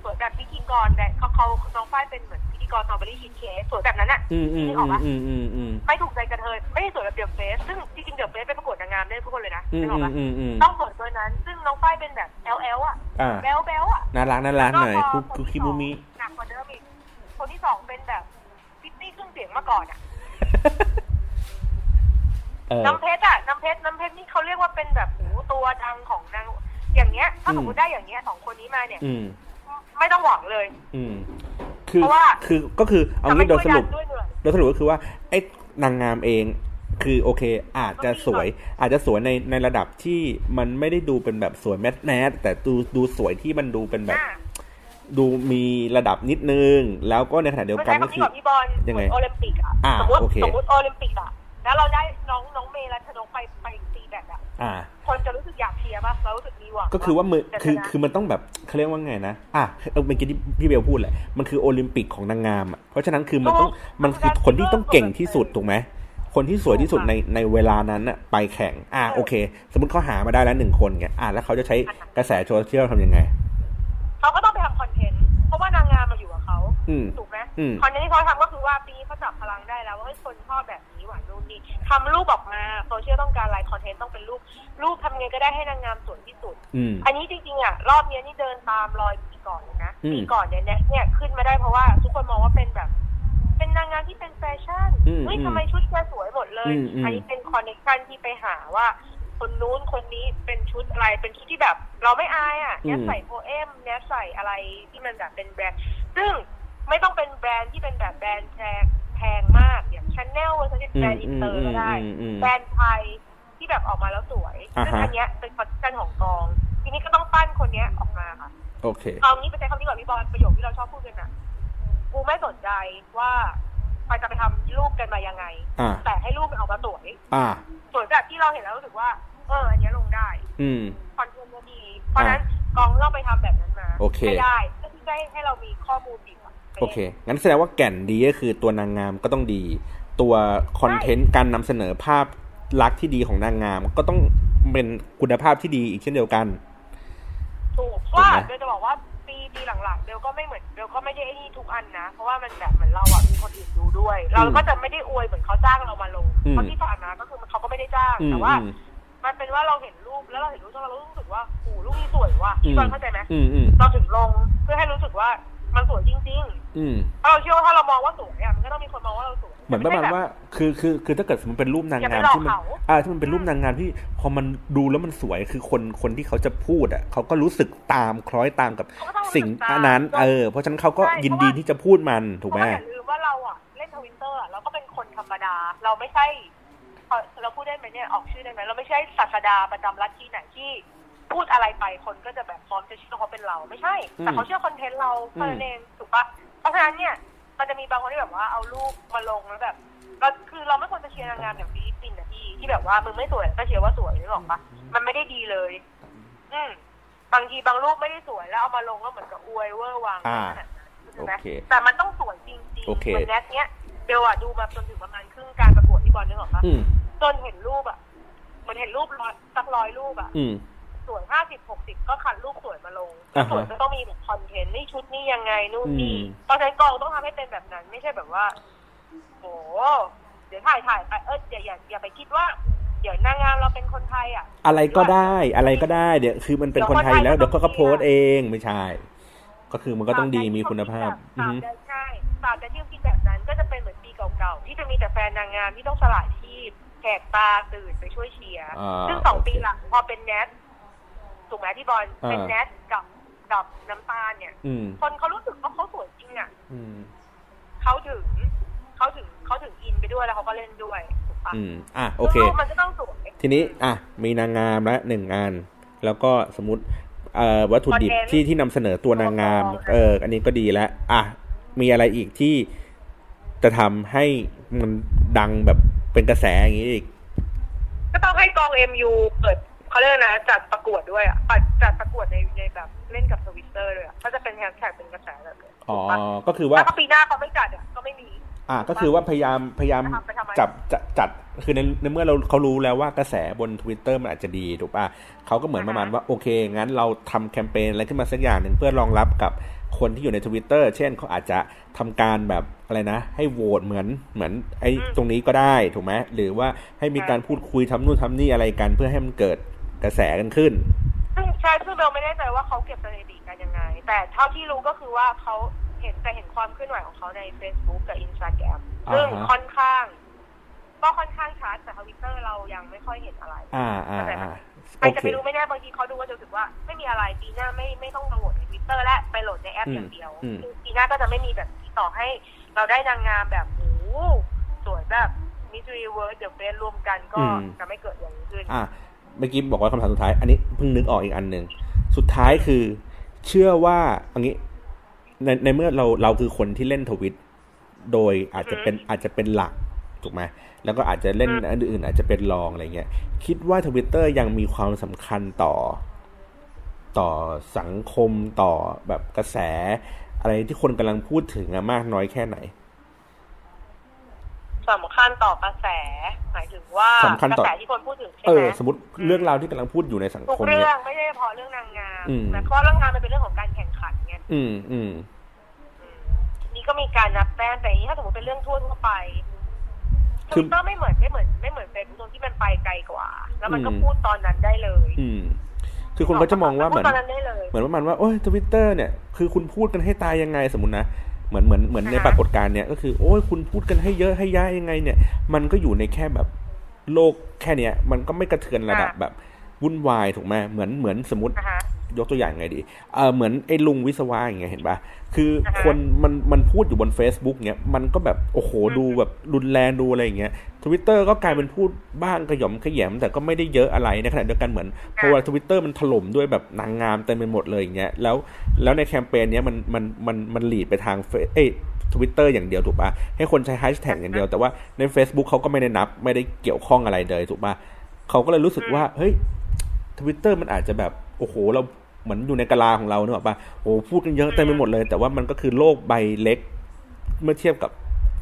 S2: สวยแบบพิธีกรแต่เขาเขาน้องฝ้ายเป็นเหมือนพิธีกรสตรอเบอรี่ชีสเค้กสวยแบบนั้นอ่ะ
S1: อืมอืม
S2: นึกอ
S1: อืม
S2: อกปะ
S1: อืมอืมอืม
S2: ไม่ถูกใจกระเทยไม่ได้สวยแบบเดียบเฟสซึ่งจริงๆเดียบเฟสไปประกวดนางงามได้ทุกคนเลยนะ
S1: อื
S2: นึ
S1: ม
S2: กออกปะ
S1: อืมอืม
S2: ต้องสวยตัวนั้น ซึ่งน้องฝ้ายเป็นแบบแอลแอลอ่ะ
S1: อ่า
S2: แบลแบลอ่ะ
S1: น่ารักน่ารักหน่อยคุกคุกคิมูมิ
S2: หนักกว่าเดิมอีก คนที่สองเป็นแบบพิตตี้เครื่องเสียงมาก่อนอ่ะ
S1: เออ
S2: น้ำเพชรอ่ะ น้ำเพชร น้ำเพชรนี่เขาเรียกว่าเป็นแบบหูตัวดังของนาง อย่างเงี้ย ถ้าสมมติได้อย่างเงี้ยสองคนนี้มาเนี่ย
S1: อืม
S2: ไม่ต้องหวังเลย
S1: อืม คือ
S2: เพราะว่า
S1: คือก็คือเอางี้โดยสรุป
S2: ทำให้ตัวดังด้วยเหนื่อย
S1: โดยสรุปก็คือว่าไอ้นางงามเอง คือโอเค อาจจะสวย อาจจะสวยในในระดับที่มันไม่ได้ดูเป็นแบบสวยแมสแมสแต่ดูดูสวยที่มันดูเป็นแบบ
S2: อ่ะ
S1: ดูมีระดับนิดนึง แล้วก็ในขณะเดียว
S2: มัน
S1: กัน
S2: ใช้คำ
S1: ก็
S2: นี้
S1: คือ
S2: ก่อนพี่บอล
S1: ยังไง
S2: เหมือนโอลิมปิกอ่ะ
S1: อ่า
S2: สมมติ
S1: โอเค
S2: สมมติโอลิมปิกอ่ะแล้วเราได้น้องน้องเมย์รัชนกไปไปตีแบดอ่ะ
S1: อ่า
S2: คนจะรู้สึกอยากเชียร์ป่ะเรารู้สึกมีหวังปะ
S1: ก็คือว่ามือ
S2: แต่
S1: คือ
S2: ชนะ
S1: คือมันต้องแบบเขาเรียกว่าไงนะอ่ะเออเมื่อกี้ที่พี่เบลพูดแหละ มันคือโอลิมปิกของนางงามอ่ะเพราะฉะนั้นคือมันต้องมันคือคนที่ต้องเก่งที่สุดถูกไหมคนที่สวยที่สุดในในเวลานั้นอ่ะไปแข่ง อ่ะโอเค สมมติเขาหามาได้แล้วหนึ่งคนไงอ่ะแล้วเขาจะใช้กระแสโซเชียลทำยังไง
S2: เขาก็ต้องไปทำคอนเทนต์เพราะว่านางงามมาอยู่กับเขา
S1: อืม
S2: ถูกไหม
S1: อืม
S2: คอนเทนต์ที่เขาทำก็คือว่าปีนี้เขาจับพลังได้แล้วว่าเฮ้ยคนชอบแบบนี้หวานนู่นนี่ทำรูปออกมาโซเชียลต้องการอะไรคอนเทนต์ต้องเป็นรูปรูปทำไงก็ได้ให้นางงามสวยที่สุด
S1: อืม
S2: อันนี้จริงๆอ่ะรอบเนี้ยนี่เดินตามรอยปีก่อนเลยนะ
S1: อืม
S2: ปีก่อนเนี่ยแน็กเนี่ยขึ้นมาได้เพราะว่าทุกคนมองว่าเป็นแบบ เป็นนางงามที่เป็นแฟชั่น
S1: อืม
S2: เฮ้ย
S1: อืม
S2: ทำไมชุดมาสวยหมดเลย
S1: อืมอืม
S2: อันนี้เป็นคอนเนคชันที่ไปหาว่า คนนู้นคนนี้เป็นชุดอะไรเป็นชุดที่แบบ เราไม่อายอ่ะแนบใส่โพเอมแนบใส่อะไรที่มันแบบเป็นแบรนด์ซึ่งไม่ต้องเป็นแบรนด์ที่เป็นแบบแบรนด์แพงแพงมากอย่างชาแนลจะเป็น
S1: อื
S2: แบร
S1: ม
S2: นด์อิ
S1: อืม
S2: นเตอร์
S1: อื
S2: ก็
S1: ม
S2: ได้
S1: อืมอืม
S2: แบรนด์ไทยที่แบบออกมาแล้วสวย
S1: อ่าฮะ
S2: ซึ่งอันเนี้ยเป็นคอนเทนต์ของกอง ทีนี้ก็ต้องปั้นคนเนี้ยออกมาค่ะ
S1: โอเค
S2: เอางี้ไปใช้คำนี้ก่อนพี่บอลประโยคที่เราชอบพูดกันอ่ะ กูไม่สนใจว่าใครจะไปทำรูปกันมายังไง
S1: อ่ะ
S2: แต่ให้รูปมันออกมาสวย
S1: อ่ะ
S2: สวยแบบที่เราเห็นแล้วรู้สึกว่า เออ อันเนี้ยลงได้
S1: อืม
S2: คอนเทนต์ก็ดี เพราะฉะนั้นกองเราไปทำแบบนั้นมา
S1: โอเค
S2: ไม่ได้เพื่อที่จะให้เรามีข้อมูลดีกว่า
S1: โอเค งั้นแสดงว่าแก่นดีก็คือตัวนางงามก็ต้องดี ตัวคอนเทนต์การนำเสนอภาพลักษณ์ที่ดีของนางงาม ก็ต้องเป็นคุณภาพที่ดีอีกเช่นเดียวกัน
S2: ถูกว่า
S1: ถูกไหม
S2: เบลจะบอกว่าปีปีหลังๆเบลก็ไม่เหมือนเบลก็ไม่ได้ไอ้นี่ทุกอันนะ เพราะว่ามันแบบเหมือนเราอะมีคนอื่นดูด้วย เราก็จะไม่ได้อวยเหมือนเขาจ้างเรามาลง
S1: อืม
S2: เพราะที่ผ่านมาก็คือมันเขาก็ไม่ได้จ้าง
S1: อืม
S2: แต่ว่า
S1: อืม
S2: มันเป็นว่าเราเห็นรูปแล้วเราเห็นรูปแล้วเรารู้สึกว่าโอ้รูปนี้สวยว่ะ
S1: อืม
S2: พี่บอลเข้าใจไหม
S1: อืมอืม
S2: เราถึงลงเพื่อให้รู้สึกว่ามันสวยจริง
S1: อืม
S2: ๆถ้าเราเชื่อว่าถ้าเรามองว่าสวยอะมันก็ต้องมีคนมองว่าเราสวย
S1: เหมือนประมาณ
S2: ไใช่แบบ
S1: ว่า คือ คือ คือถ้าเกิดสมมติเป็นรูปนางงาม
S2: อย่าไปหลอก
S1: ที่มัน
S2: เขา
S1: อ่าที่มันเป็นรูปนางงามที่พอมันดูแล้วมันสวย คือคน คนที่เขาจะพูดอ่ะ เขาก็รู้สึกตามคล้อยตามกับ
S2: เขาก็ต้องรู้ก
S1: สิ่ง
S2: ตาม
S1: นั้น เออ เพราะฉะนั้นเขาก็
S2: ใช่
S1: ยิน
S2: เพราะ
S1: ดี
S2: ว่า
S1: ที่จะพูดมัน ถูกไหม
S2: เพราะว่าอย่าลืมว่าเราอะเล่นทวิตเตอร์เราก็เป็นคนธรรมดา เราไม่ใช่เอ่อเราพูดได้ไหมเนี่ยออกชื่อได้ไหมเราไม่ใช่ศาสดาประจำลัทธิไหนที่พูดอะไรไปคนก็จะแบบพร้อมจะเชื่อเขาเป็นเราไม่ใช่ แต่
S1: อืม
S2: เขาเชื่อคอนเทนต์เราเท่า
S1: อื
S2: นั้น
S1: ม
S2: เองถูกปะเพราะฉะนั้นเนี่ยมันจะมีบางคนที่แบบว่าเอารูปมาลงแล้วแบบเราคือเราไม่ควรจะเชียร์นางงามอย่างฟิลิปปินส์นะพี่ที่แบบว่ามึงไม่สวยก็เชียร์ว่าสวยนึกออกปะมันไม่ได้ดีเลย อืมบางทีบางรูปไม่ได้สวยแล้วเอามาลงก็เหมือนกับอวยเวอร์วัง
S1: อ่า
S2: ขนาดนั้นเข้าใจไหม
S1: โอเค
S2: แต่มันต้องสวยจริงๆ
S1: โอเค
S2: มือนแน็กเนี้ยเบลอะดูมาจนถึงประมาณครึ่งการประกวดที่บอลนึกออกปะ
S1: อืม
S2: จนเห็นรูปอะเหมันเห็นรูปร้อยสักร้อยรูปอะ
S1: อืม
S2: สวยห้าสิบหกสิบก็คัดรูปสวยมาลง
S1: อ่าฮะ
S2: สวยก็ต้องมีแบบคอนเทนต์นี่ชุดนี่ยังไงนู่นนี่
S1: อืม
S2: เพราะฉะนั้นกองต้องทำให้เป็นแบบนั้น ไม่ใช่แบบว่าโอ้เดี๋ยวถ่ายถ่ายไปเอออย่าอย่าอย่าไปคิดว่า เดี๋ยวนางงามเราเป็นคนไทยอะ
S1: อะไรก็ได้อะไรก็ได้เดี๋ยวคือมันเป็นคนไทยอยู่แล้วเดี๋ยวเขาก็โพสต์เองไม่ใช่ ก็คือมันก็ต้องดีมีคุณภาพ
S2: ต
S1: อื
S2: รา
S1: อบ ฮึ
S2: ใดใช่ตราบใดที่ยังคิดแบบนั้นก็จะเป็นเหมือนปีเก่าๆ ที่จะมีแต่แฟนนางงามที่ต้องสลายชีพแขกตาตื่นไปช่วยเชียร์
S1: อ่า
S2: ซึ่งสอง
S1: โอเค
S2: ปีหลังพอเป็นแนทถูกไหมที่บอล
S1: อ่า
S2: เป็นแนทกับกับน้ำตาลเนี่ย
S1: อืม
S2: คนเขารู้สึกว่าเขาสวยจริงอ่ะ
S1: อืม
S2: เขาถึงเขาถึงเขาถึงอินไปด้วยแล้วเขาก็เล่นด้วยถูกปะ
S1: อืมอ่ะโอเค
S2: ซึ่งรูปมันก็ต้องสวย
S1: ทีนี้อ่ะมีนางงามละหนึ่งงาน แล้วก็สมมติเอ่อวัตถุดิบ
S2: Content
S1: ที่ที่นำเสนอตัวนางงาม เอออันนี้ก็ดีแล้วอ่ะมีอะไรอีกที่จะทำให้มันดังแบบเป็นกระแสอย่างนี้อีก
S2: ก็ต้องให้กอง MU เปิดเขาเรียกอะไรนะจัดประกวดด้วยอ่ะปัดจัดประกวดในในแบบเล่นกับสวิตเซอร์เลยอ่ะก็จะเป็นแฮชแท็กเป็นกระแสแบบนี้
S1: อ๋อ
S2: ถูกปะ
S1: ก็คือว่า
S2: แล้วก็ปีหน้าเขาไม่จัดอ่ะก็ไม่มี
S1: อ่ะก็คือว่าพยายามพยายาม
S2: ไปทำไปทำอะไร
S1: จับจะจัดคือในในเมื่อเราเขารู้แล้วว่ากระแสบน Twitter มันอาจจะดีถูกป่ะเขาก็เหมือนประมาณว่าโอเค งั้นเราทำแคมเปญอะไรขึ้นมาสักอย่างหนึ่งเพื่อรองรับกับคนที่อยู่ใน Twitter เช่นเขาอาจจะทำการแบบอะไรนะ ให้โหวตเหมือนเหมือนไอ้ตรงนี้ก็ได้ถูกไหมหรือว่าให้มีการพูดคุยทำนู่นทำนี่อะไรกัน เพื่อให้มันเกิดกระแสกันขึ้น
S2: ซึ่งใช่ซึ่งเบลไม่แน่ใจว่าเขาเก็บสถิติกันยังไง แต่เท่าที่รู้ก็คือว่าเขาเห็นแต่เห็นความเคลื่อนไหวของเขาใน Facebook กับ Instagram ซึ่ง
S1: อ่าฮะ
S2: ค่อนข้าง ก็ค่อนข้างชัดแต่ทวิตเตอร์เรายังไม่ค่อยเห็นอะไร
S1: อ่าอ่าอ่า
S2: ใคร
S1: โอ
S2: จะ
S1: เค
S2: ไปรู้ไม่แน่บางทีเขาดูว่าจะรู้สึกว่าไม่มีอะไรปีหน้าไม่ไม่ต้องมาโหลดในทวิตเตอร์และไปโหลดในแอป
S1: อืม
S2: อย่างเดียว
S1: อืม
S2: คือปีหน้าก็จะไม่มีแบบนี้ต่อให้ เราได้นางงามแบบโอ้โหสวยแบบ มิส s รีเวิร์ดเดอะเฟสรวมกันก็
S1: อืม
S2: จะไม่เกิดอย่างนี้ขึ้น
S1: อ่ะเมื่อกี้บอกว่าคำถามสุดท้าย อันนี้เพิ่งนึกออกอีกอันหนึ่งสุดท้ายคือ เชื่อว่าเอันนี้ในในเมื่อเราเราคือคนที่เล่นทวิต โดยอาจจะเป็นอาจจะเป็นหลักถูกไหมแล้วก็อาจจะเล่น
S2: อืม
S1: อันอื่นๆอาจจะเป็นรองอะไรเงี้ยคิดว่าทวิตเตอร์ยังมีความสำคัญต่อ ต่อสังคมต่อแบบกระแส อะไรที่คนกำลังพูดถึงอะมากน้อยแค่ไหน
S2: สำคัญต่อกระแส หมายถึงว่า
S1: สำคัญ
S2: กระ
S1: ต่อ
S2: แสที่คนพูดถึงใช่
S1: เอ
S2: ไหม
S1: อ สมมติเรื่องราวที่กำลังพูดอยู่ในสัง
S2: ทุ
S1: ค
S2: ก
S1: ม
S2: เรื่
S1: เนี่
S2: อย งไม่ใช่เฉพาะเรื่องนางงาม
S1: อืม
S2: แต่เพราะเรื่องนางงามมันเป็นเรื่องของการแข่งขันไง
S1: อืมอืม
S2: อืมนี่ก็มีการนับแต้มแต่อย่างนี้ถ้าสมมติเป็นเรื่องทั่วทั่วๆไป
S1: คื
S2: คือ อก็ไม่เหมือนไม่เหมือนไม่เหมือนเป็นตรงที่มันไปไกลกว่า แล้วมันก็
S1: อืม
S2: พูดตอนนั้นได้เลย
S1: อืม คือคนเขาจะมองว่าเหมือน
S2: พูดตอนนั้นได้เลย
S1: เหมือนว่ามันว่าโอ้ยทวิตเตอร์เนี่ยคือคุณพูดกันให้ตายยังไงสมมตินะเหมือนเหมือนเหมือนใน
S2: อ่าฮะ
S1: ปรากฏการณ์เนี่ยก็คือโอ้ยคุณพูดกันให้เยอะให้ย้ายยังไง เนี่ย มันก็อยู่ในแค่แบบโลกแค่เนี้ยมันก็ไม่กระเทือนระดับแบบวุ่นวายถูกไหมเหมือนเหมือนสมมติ
S2: นะคะ
S1: ยกตัวอย่างไงดี เออเหมือนไอ้ลุงวิศวะอย่างเงี้ยเห็นปะคือ
S2: อ่าฮะ
S1: คนมันมันพูดอยู่บน Facebook เงี้ย มันก็แบบโอ้โห
S2: อืม
S1: ดูแบบรุนแรงดูอะไรอย่างเงี้ยทวิตเตอร์ก็กลายเป็นพูดบ้างกระหย่อมขยแยมแต่ก็ไม่ได้เยอะอะไรในขณะเดียวกันเหมือนเพราะว่าทวิตเตอร์มันถล่มด้วยแบบนางงามเต็มไปหมดเลยอย่างเงี้ย แล้วแล้วในแคมเปญเนี้ยมันมันมันมันหลีดไปทาง Face- เอ้ทวิตเตอร์อย่างเดียวถูกปะให้คนใช้แฮชแท็กอย่างเดียวแต่ว่าใน Facebook เขาก็ไม่ได้นับไม่ได้เกี่ยวข้องอะไรเลยถูกปะเขาก็เลยรู้สึกว่าเฮ้ย ทวิตเตอร์มันอาจจะแบบ โอ้โห เราเหมือนอยู่ในกะลาของเราเนกอะปะโอ้โหพูดกันเยอะเต็มไปหมดเลย แต่ว่ามันก็คือโลกใบเล็ก เมื่อเทียบกับ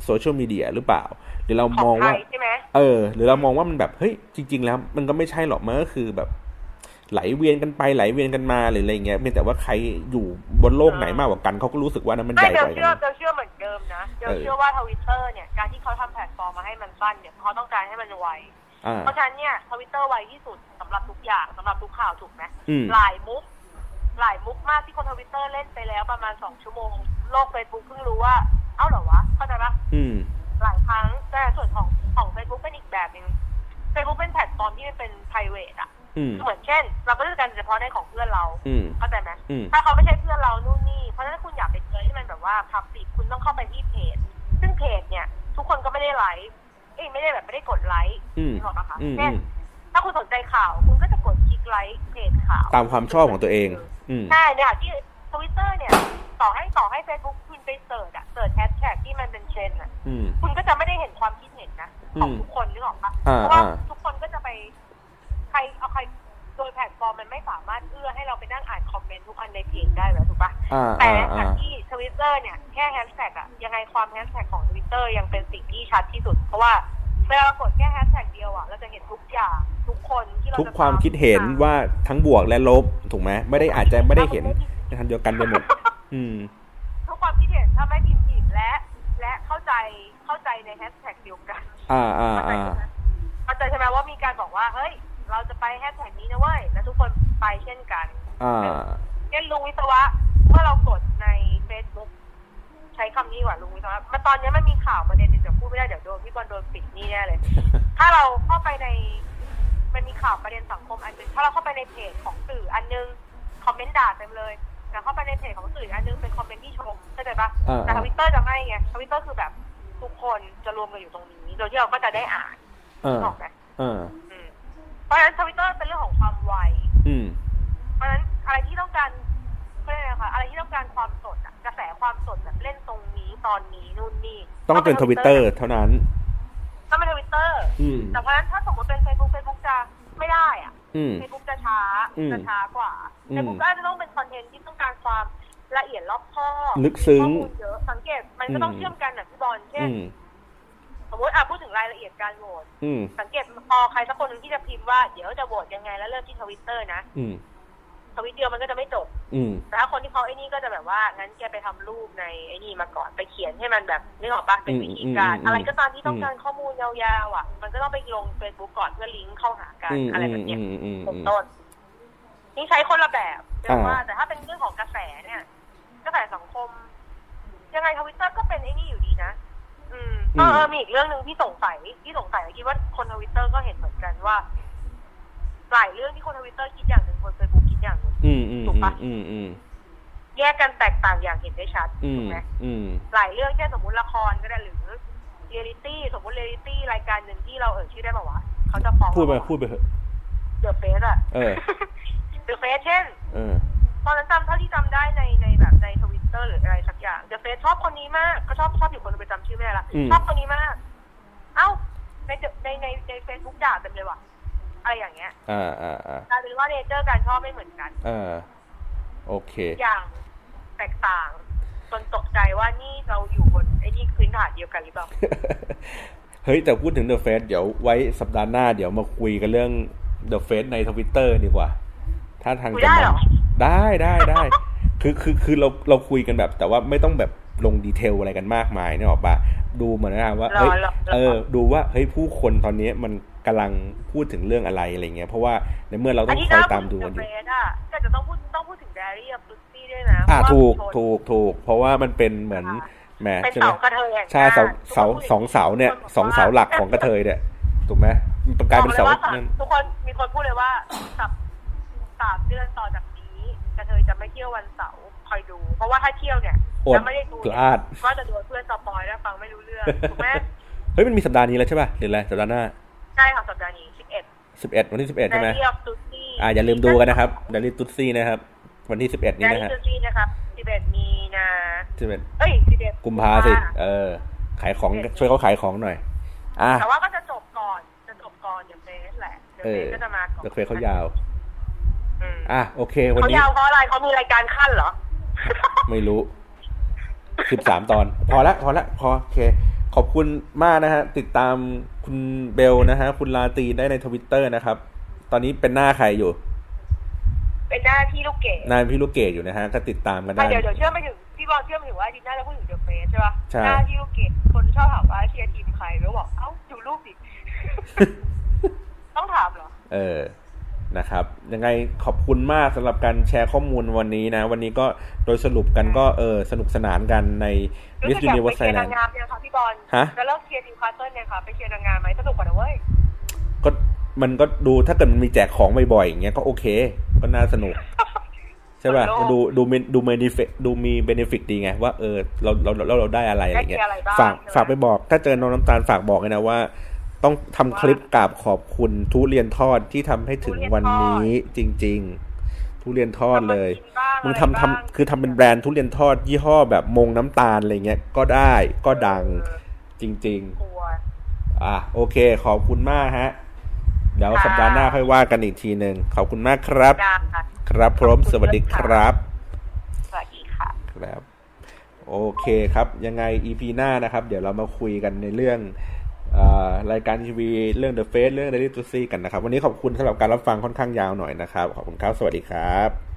S1: โซเชียลมีเดียหรือเปล่า หรือเรา
S2: ของ
S1: มอง
S2: ไท
S1: ว่า
S2: ยใช่ไหม
S1: เออ หรือเรามองว่ามันแบบ เฮ้ย จริง ๆ แล้ว มันก็ไม่ใช่หรอก มันก็คือแบบ ไหลเวียนกันไปไหลเวียนกันมาหรืออะไรเงี้ยเพียงแต่ว่าใครอยู่บนโลกไหนมากกว่ากันเขาก็รู้สึกว่านั้นมันให
S2: ไม่
S1: ญ่
S2: เด
S1: ก
S2: ล
S1: ว่ากั
S2: เชื่อน เดลเชื่อเหมือนเดิมนะเดล
S1: เออ
S2: เชื่อว่าทวิตเตอร์เนี่ยการที่เขาทำแพลตฟอร์มมาให้มันสั้นเนี่ยเขาต้องการให้มันไว
S1: อ่า
S2: เพราะฉะนั้นเนี่ยทวิตเตอร์ไวที่สุดสำหรับทุกอย่างสำหรับทุกข่าวถูกไหม
S1: อืม
S2: หลายมุก หลายมุกมากที่คนทวิตเตอร์เล่นไปแล้วประมาณสองชั่วโมง โลกเฟซบุ๊กเพิ่งรู้ว่า เอ้าเหรอวะ เข้าใจปะ
S1: อืม
S2: หลายครั้งแต่ส่วนของของเฟซบุ๊กเป็นอีกแบบหนึ่งเฟซบุ๊กเป็นแพลตฟอร์มที่มันเป็น p r i v a t อะ
S1: อืม
S2: เหมือนเช่น เราก็เลือกกันเฉพาะในของเพื่อนเรา
S1: อืม
S2: เข้าใจไหม
S1: อืม
S2: ถ้าเขาไม่ใช่เพื่อนเรานู่นนี่เพราะฉะนั้นคุณอยากไปเจอที่มันแบบว่าพับปิคุณต้องเข้าไปที่เพจ ซึ่งเพจเนี่ย ทุกคนก็ไม่ได้ไลค์เอ้ยไม่ได้แบบไม่ได้กดไลค์
S1: อืม
S2: นึกออกปะคะ
S1: อืม
S2: เช่นถ้าคุณสนใจข่าว คุณก็จะกดคลิกไลค์เพจข่าว
S1: ตามความชอบของตัวเอง อืม
S2: ใช่เนี่ยที่ทวิตเตอร์เนี่ย ต่อให้ต่อให้เฟซบุ๊กคุณไปเสิร์ชอะเสิร์ชแฮชแท็กที่มันเป็นเทรนด์อะ
S1: อืม
S2: คุณก็จะไม่ได้เห็นความคิดเห็นนะ ของทุกคนนึกออกปะ
S1: อ่า
S2: เพราะว่า
S1: อ่า
S2: ทุกคนก็จะไป ใครเอาใครโดยแพลตฟอร์มมันไม่สามารถเอื้อให้เราไปนั่งอ่านคอมเมนต์ทุกอันในเพจได้หรอถูกปะ
S1: อ่า
S2: แต่
S1: อ่า
S2: จา
S1: อ่า
S2: กที่ทวิตเตอร์เนี่ยแค่แฮชแท็กอะยังไงความแฮชแท็กของทวิตเตอร์ยังเป็นสิ่งที่ชัดที่สุด เพราะว่าเวลาเรากดแค่แฮชแท็กเดียวอะเราจะเห็นทุกอย่างทุกคนที่เรา
S1: ทุก
S2: จะ
S1: ความ
S2: ต
S1: คิดเห็นว่าทั้งบวกและลบถูกไหมไม่ได้อาจจะไม่ได้เห็น
S2: ราจะ
S1: ในทางเดียวกันไปหมดอืม
S2: ทุกความคิดเห็นถ้าไม่พิมพ์ผิดและ และเข้าใจเข้าใจในแฮชแท็กเดียวกัน
S1: อ่าอ่า
S2: เข้าใจ
S1: อ่า
S2: ใช่ไหมเข้าใจใช่ไหมว่ามีการบอกว่า เฮ้ย เราจะไปแฮชแท็กนี้นะเว้ยแล้วทุกคนไปเช่นกัน
S1: อ่า
S2: เช่นลุงวิศวะ เมื่อเรากดใน Facebook ใช้คำนี้ดีกว่าลุงวิศวะมันตอนนี้มันมีข่าวประเด็นหนึงแต่พูดไม่ได้เดี๋ยวโดนพี่บอลโดนปิดหนี่แน่เลย ถ้าเราเข้าไปใน มันมีข่าวประเด็นสังคมอันหนึ่งถ้าเราเข้าไปในเพจของสื่ออันหนึงคอมเมนต์ด่าเต็มเลยแต่เข้าไปในเพจของสื่ออันหนึงเป็นคอมเมนต์ที่ชมเข้าใจปะ
S1: อ่า
S2: แต่ทวิตเตอร์จะไม่ไงทวิตเตอร์คือแบบทุกคนจะรวมกันอยู่ตรงนี้โดยที่เราก็จะได้อ่าน
S1: เออ
S2: ออกไหม
S1: เออ
S2: อืมเพราะฉะนั้นทวิตเตอร์เป็นเรื่องของความไว
S1: อืม
S2: เพราะฉะนั้นอะไรที่ต้องการเขาเรียกอะไรคะอะไรที่ต้องการความสดอะกระแสความสดแบบเล่นตรงนี้ตอนนี้นู่นนี่
S1: ต้องเป็นทวิตเตอร์เท่านั้น
S2: ต้องเป็นทวิตเตอร์
S1: อืม
S2: แต่เพราะฉะนั้นถ้าสมมติเป็นเฟซบุ๊กเฟซบุ๊กจะไม่ได้อะ
S1: อืม
S2: เฟซบุ๊กจะช้า
S1: อืม
S2: จะช้ากว่า
S1: อืม
S2: เฟซบุ๊กก็อาจจะต้องเป็นคอนเทนต์ที่ต้องการความละเอียดรอบคอบ
S1: ลึกซึ้ง
S2: มีข้อมูลเยอะสังเกตมันก็ต้อง
S1: อืม
S2: เชื่อมกันนะพี่บอลเช่
S1: อื
S2: น
S1: ม
S2: สมมติอ่ะพูดถึงรายละเอียดการโหวต
S1: อืม
S2: สังเกตพอใครสักคนหนึ่งที่จะพิมพ์ว่าเดี๋ยวจะโหวตยังไงแล้วเริ่มที่ทวิตเตอร์นะ
S1: อืม
S2: ทวิตเดียวมันก็จะไม่จบ
S1: อืม
S2: แต่ถ้าคนที่เขาไอ้นี่ก็จะแบบว่างั้นแกไปทำรูปในไอ้นี่มาก่อนไปเขียนให้มันแบบนึกออกปะเป็นวิธีการ
S1: อืมอืมอืม
S2: อะไรก็ตามที่ต้องการข้อมูลยาวๆอ่ะ มันก็ต้องไปลงเฟซบุ๊กก่อนเพื่อลิงก์เข้าหากัน
S1: อืม
S2: อะไร
S1: อื
S2: แบ
S1: ม
S2: บเนี้
S1: อื
S2: ย
S1: มอืม
S2: เป็น
S1: อืม
S2: ต้นนี่ใช้คนละแบบเรียกว่า
S1: อ่า
S2: แต่ถ้าเป็นเรื่องของกระแสเนี่ยกระแสสังคม ยังไงทวิตเตอร์ก็เป็นไอ้นี่อยู่ดีนะอืมเออเออมีอีกเรื่องหนึ่งที่สงสัยที่สงสัยคิดว่าคนทวิตเตอร์ก็เห็นเหมือนกันว่าหลายเรื่องที่คนทวิตเตอร์คิดอย่างหนึ่งคนเฟซบุ๊กคิดอย่างหนึ่ง
S1: อืมอืมอืมอืม
S2: แยกกันแตกต่างอย่างเห็นได้ชัด
S1: อื
S2: ถู
S1: ม
S2: กไหม
S1: อืม
S2: หลายเรื่องเช่นสมมติละครก็ได้หรือ เรียลิตี้สมมติเรียลิตี้รายการหนึ่งที่เราเอ่ยชื่อได้ป่าวะเขาจะฟ้อง
S1: พูดไปพูดไปเถอะ
S2: เดอะเฟสอะ
S1: เออ
S2: เดอะเฟสเช่น
S1: เออ
S2: ตอนนั้นจำเท่าที่จำได้ในในแบบในทวิตเตอร์หรืออะไรสักอย่างเดอะเฟซชอบคนนี้มาก ก็ชอบชอบอยู่คนหนึ่งไปจำชื่อไม่ได้ละ
S1: อืม
S2: ชอบคนนี้มาก เอ้า ในในในในเฟซบุ๊กด่าเต็มเลยว่ะอะไรอย่างเงี้ย
S1: อ่าอ่าอ่าก
S2: ลายเป็นว่าเนเจอร์การชอบไม่เหมือนกัน
S1: เออโอเค
S2: อย่างแตกต่าง จนตกใจว่านี่เราอยู่บนไอ้นี่พื้นฐานเดียวกันหรือเปล่า
S1: เฮ้ย แต่พูดถึง The Face เดี๋ยวไว้สัปดาห์หน้าเดี๋ยวมาคุยกันเรื่อง The Face ในทวิตเตอร์ดีกว่า ถ้าทาง
S2: คุย
S1: จะ
S2: ได้
S1: ม
S2: เหร
S1: อ
S2: อง
S1: ได้ได้ได้ คือคือคือเราเราคุยกันแบบ แต่ว่าไม่ต้องแบบลงดีเทลอะไรกันมากมายเนี่ยหรอกปะดูเหมือนนะว่า
S2: หรอ
S1: เฮ้ย
S2: หรอหร
S1: เออ
S2: อ
S1: ดูว่าเฮ้ยผู้คนตอนนี้มันกำลังพูดถึงเรื่องอะไรอะไรเงี้ย เพราะว่าในเมื่อเราต้
S2: อั
S1: อน ง
S2: นี้
S1: คอย
S2: น่า
S1: ตาม
S2: พู
S1: ดู
S2: ด
S1: กั
S2: ถึง
S1: นอ
S2: เด
S1: ยู่
S2: อะเฟซอะก็จะต้องพูดต้องพูดถึงแดรี่กับลุซี่ด้วยนะ
S1: อ่า
S2: เพระ
S1: ถู
S2: ว่
S1: กถูกถูก เพราะว่ามันเป็นเหมือนแหม
S2: เป็น
S1: ใช่ไหม
S2: เสากระเทยแห่ง
S1: ใช่
S2: ชาติ
S1: เสา
S2: ทุก
S1: เสา
S2: คนพูดย่
S1: สองเสาเนี่ย
S2: ทุกค
S1: สอง
S2: บกว่า
S1: เสาหลักของกระเทยเนี่ยถูกไหมมันกลายเป็นเสา
S2: บอกลยว่
S1: นั่น
S2: ทุกคนมีคนพูดเลยว่าสับสามเดือนต่อจากนี้กระเทยจะไม่เที่ยววันเสาร์คอยดู เพราะว่าถ้าเที่ยวเนี่ย
S1: อด
S2: จะไม่ได้ดู
S1: พลาด
S2: ก็จะโดนเพื่อนสปอยแล้วฟังไม่รู้เรื่อง ถูกไหม
S1: เฮ้ยมันมีสัปดาห์นี้แล้วใช่ป่ะหรืออะไรสัปดาห์หน้า
S2: ใช่ค่ะสัปดาห์นี้สิบเอ็ด
S1: สิบเอ็ดวันที่สิบเอ็ดใช่ไหม
S2: เรียบซูซี่
S1: อ่าอย่าลืมดูกันนะครับดาริตุซี่นะครับ วันที่สิบเอ็ดนี้
S2: แด
S1: นะ
S2: รี่
S1: ฮะ
S2: ซูซี่นะครับสิบเอ็ดมีนา
S1: สิบเอ็ด
S2: เอ้ยสิบเอ็ด
S1: กุมภาสิเออ ขายของช่วยเขาขายของหน่อย อ่ะ
S2: แต่ว่าก็จะจบก่อนจะจบก่อนอย่างเฟสแหละเดี๋ยว
S1: เออ
S2: เฟสก็จะมาก่อน
S1: เดอะเฟสเขายาว
S2: อืม
S1: อ่ะโอเค วัน
S2: เขา
S1: นี้
S2: ยาวเพราะอะไรเขามีรายการขั้นเหรอ
S1: ไม่รู้สิบสามตอน พอละพอละพอโอเค ขอบคุณมากนะฮะ ติดตามคุณเบลนะฮะ คุณลาตรีได้ในทวิตเตอร์นะครับ ตอนนี้เป็นหน้าใครอยู่
S2: เป็นหน้าที่ลูกเกด
S1: นายพี่ลูกเกดอยู่นะฮะ ก็ติดตามกันได้
S2: อ่ะเดี๋ยวเดี๋ยวเชื่อไม่ถึงพี่บอลเชื่อไม่ถึงว่าอาทิตย์หน้าจะพูดถึงเดอะเฟสใช่ปะ
S1: ใช่
S2: หน้าที่ลูกเกดคนชอบถามว่าเชียร์ทีมใครแล้วบอก เอ้าดูรูปดิ ต้องถามเหรอ
S1: เออนะครับ ยังไงขอบคุณมากสำหรับการแชร์ข้อมูลวันนี้นะ วันนี้ก็โดยสรุปกันก็เออสนุกสนานกันใน
S2: รู้
S1: Miss
S2: สึกอยากไป
S1: Universe
S2: เชียร์
S1: Thailand
S2: นางงามเนี่ยค่ะพี่บอล
S1: ฮะ
S2: จะเลิกเชียร์ทีมคาสเซิลเนี่ยค่ะไปเชียร์นางงามไหมสนุกกว่านะเว้ย
S1: ก็มันก็ดูถ้าเกิดมันมีแจกของบ่อยๆอย่างเงี้ยก็โอเค ก็น่าสนุ ก ใช่ป่ะมันดูดูเมนดูเมนิฟดูมีเบนฟิตดีไง ว่าเออเราเราเราเราได้อะไรอะไร
S2: ได้
S1: เงี้
S2: เชี
S1: ย
S2: ยร์อะไรบ้าง
S1: ฝากฝากไปบอก ถ้าเจอน้องน้ำตาลฝากบอกเลยนะว่า ต้องทำคลิปกราบขอบคุณทุเรียนทอดที่ทำให้ถึงวันนี้จริง ๆ ทุเรียนทอดเลย
S2: ทำมากินบ้าง
S1: มึง
S2: อะไร
S1: ทำ
S2: บ้าง
S1: ทำคือทำเป็นแบรนด์ทุเรียนทอดยี่ห้อแบบมงน้ำตาลอะไรเงี้ยก็ได้ก็ดัง
S2: เออ
S1: จริง
S2: กลัว
S1: ๆ อ่ะโอเค ขอบคุณมากฮะ เดี๋ยว
S2: ค่ะ
S1: สัปดาห์หน้าค่อยว่ากันอีกทีหนึ่งขอบคุณมากครับ
S2: ได้ค่ะ
S1: ครับพร้อม
S2: ขอบคุณ
S1: สวัสดี
S2: ด้ว
S1: ค
S2: ยค่ะ
S1: รับ
S2: สวัสดีค่ะ
S1: ครับ โอเคครับ ยังไง EP หน้านะครับ เดี๋ยวเรามาคุยกันในเรื่องเออรายการทีวีเรื่อง The Face เรื่อง Daily To See กันนะครับ วันนี้ขอบคุณสำหรับการรับฟังค่อนข้างยาวหน่อยนะครับ ขอบคุณครับ สวัสดีครับ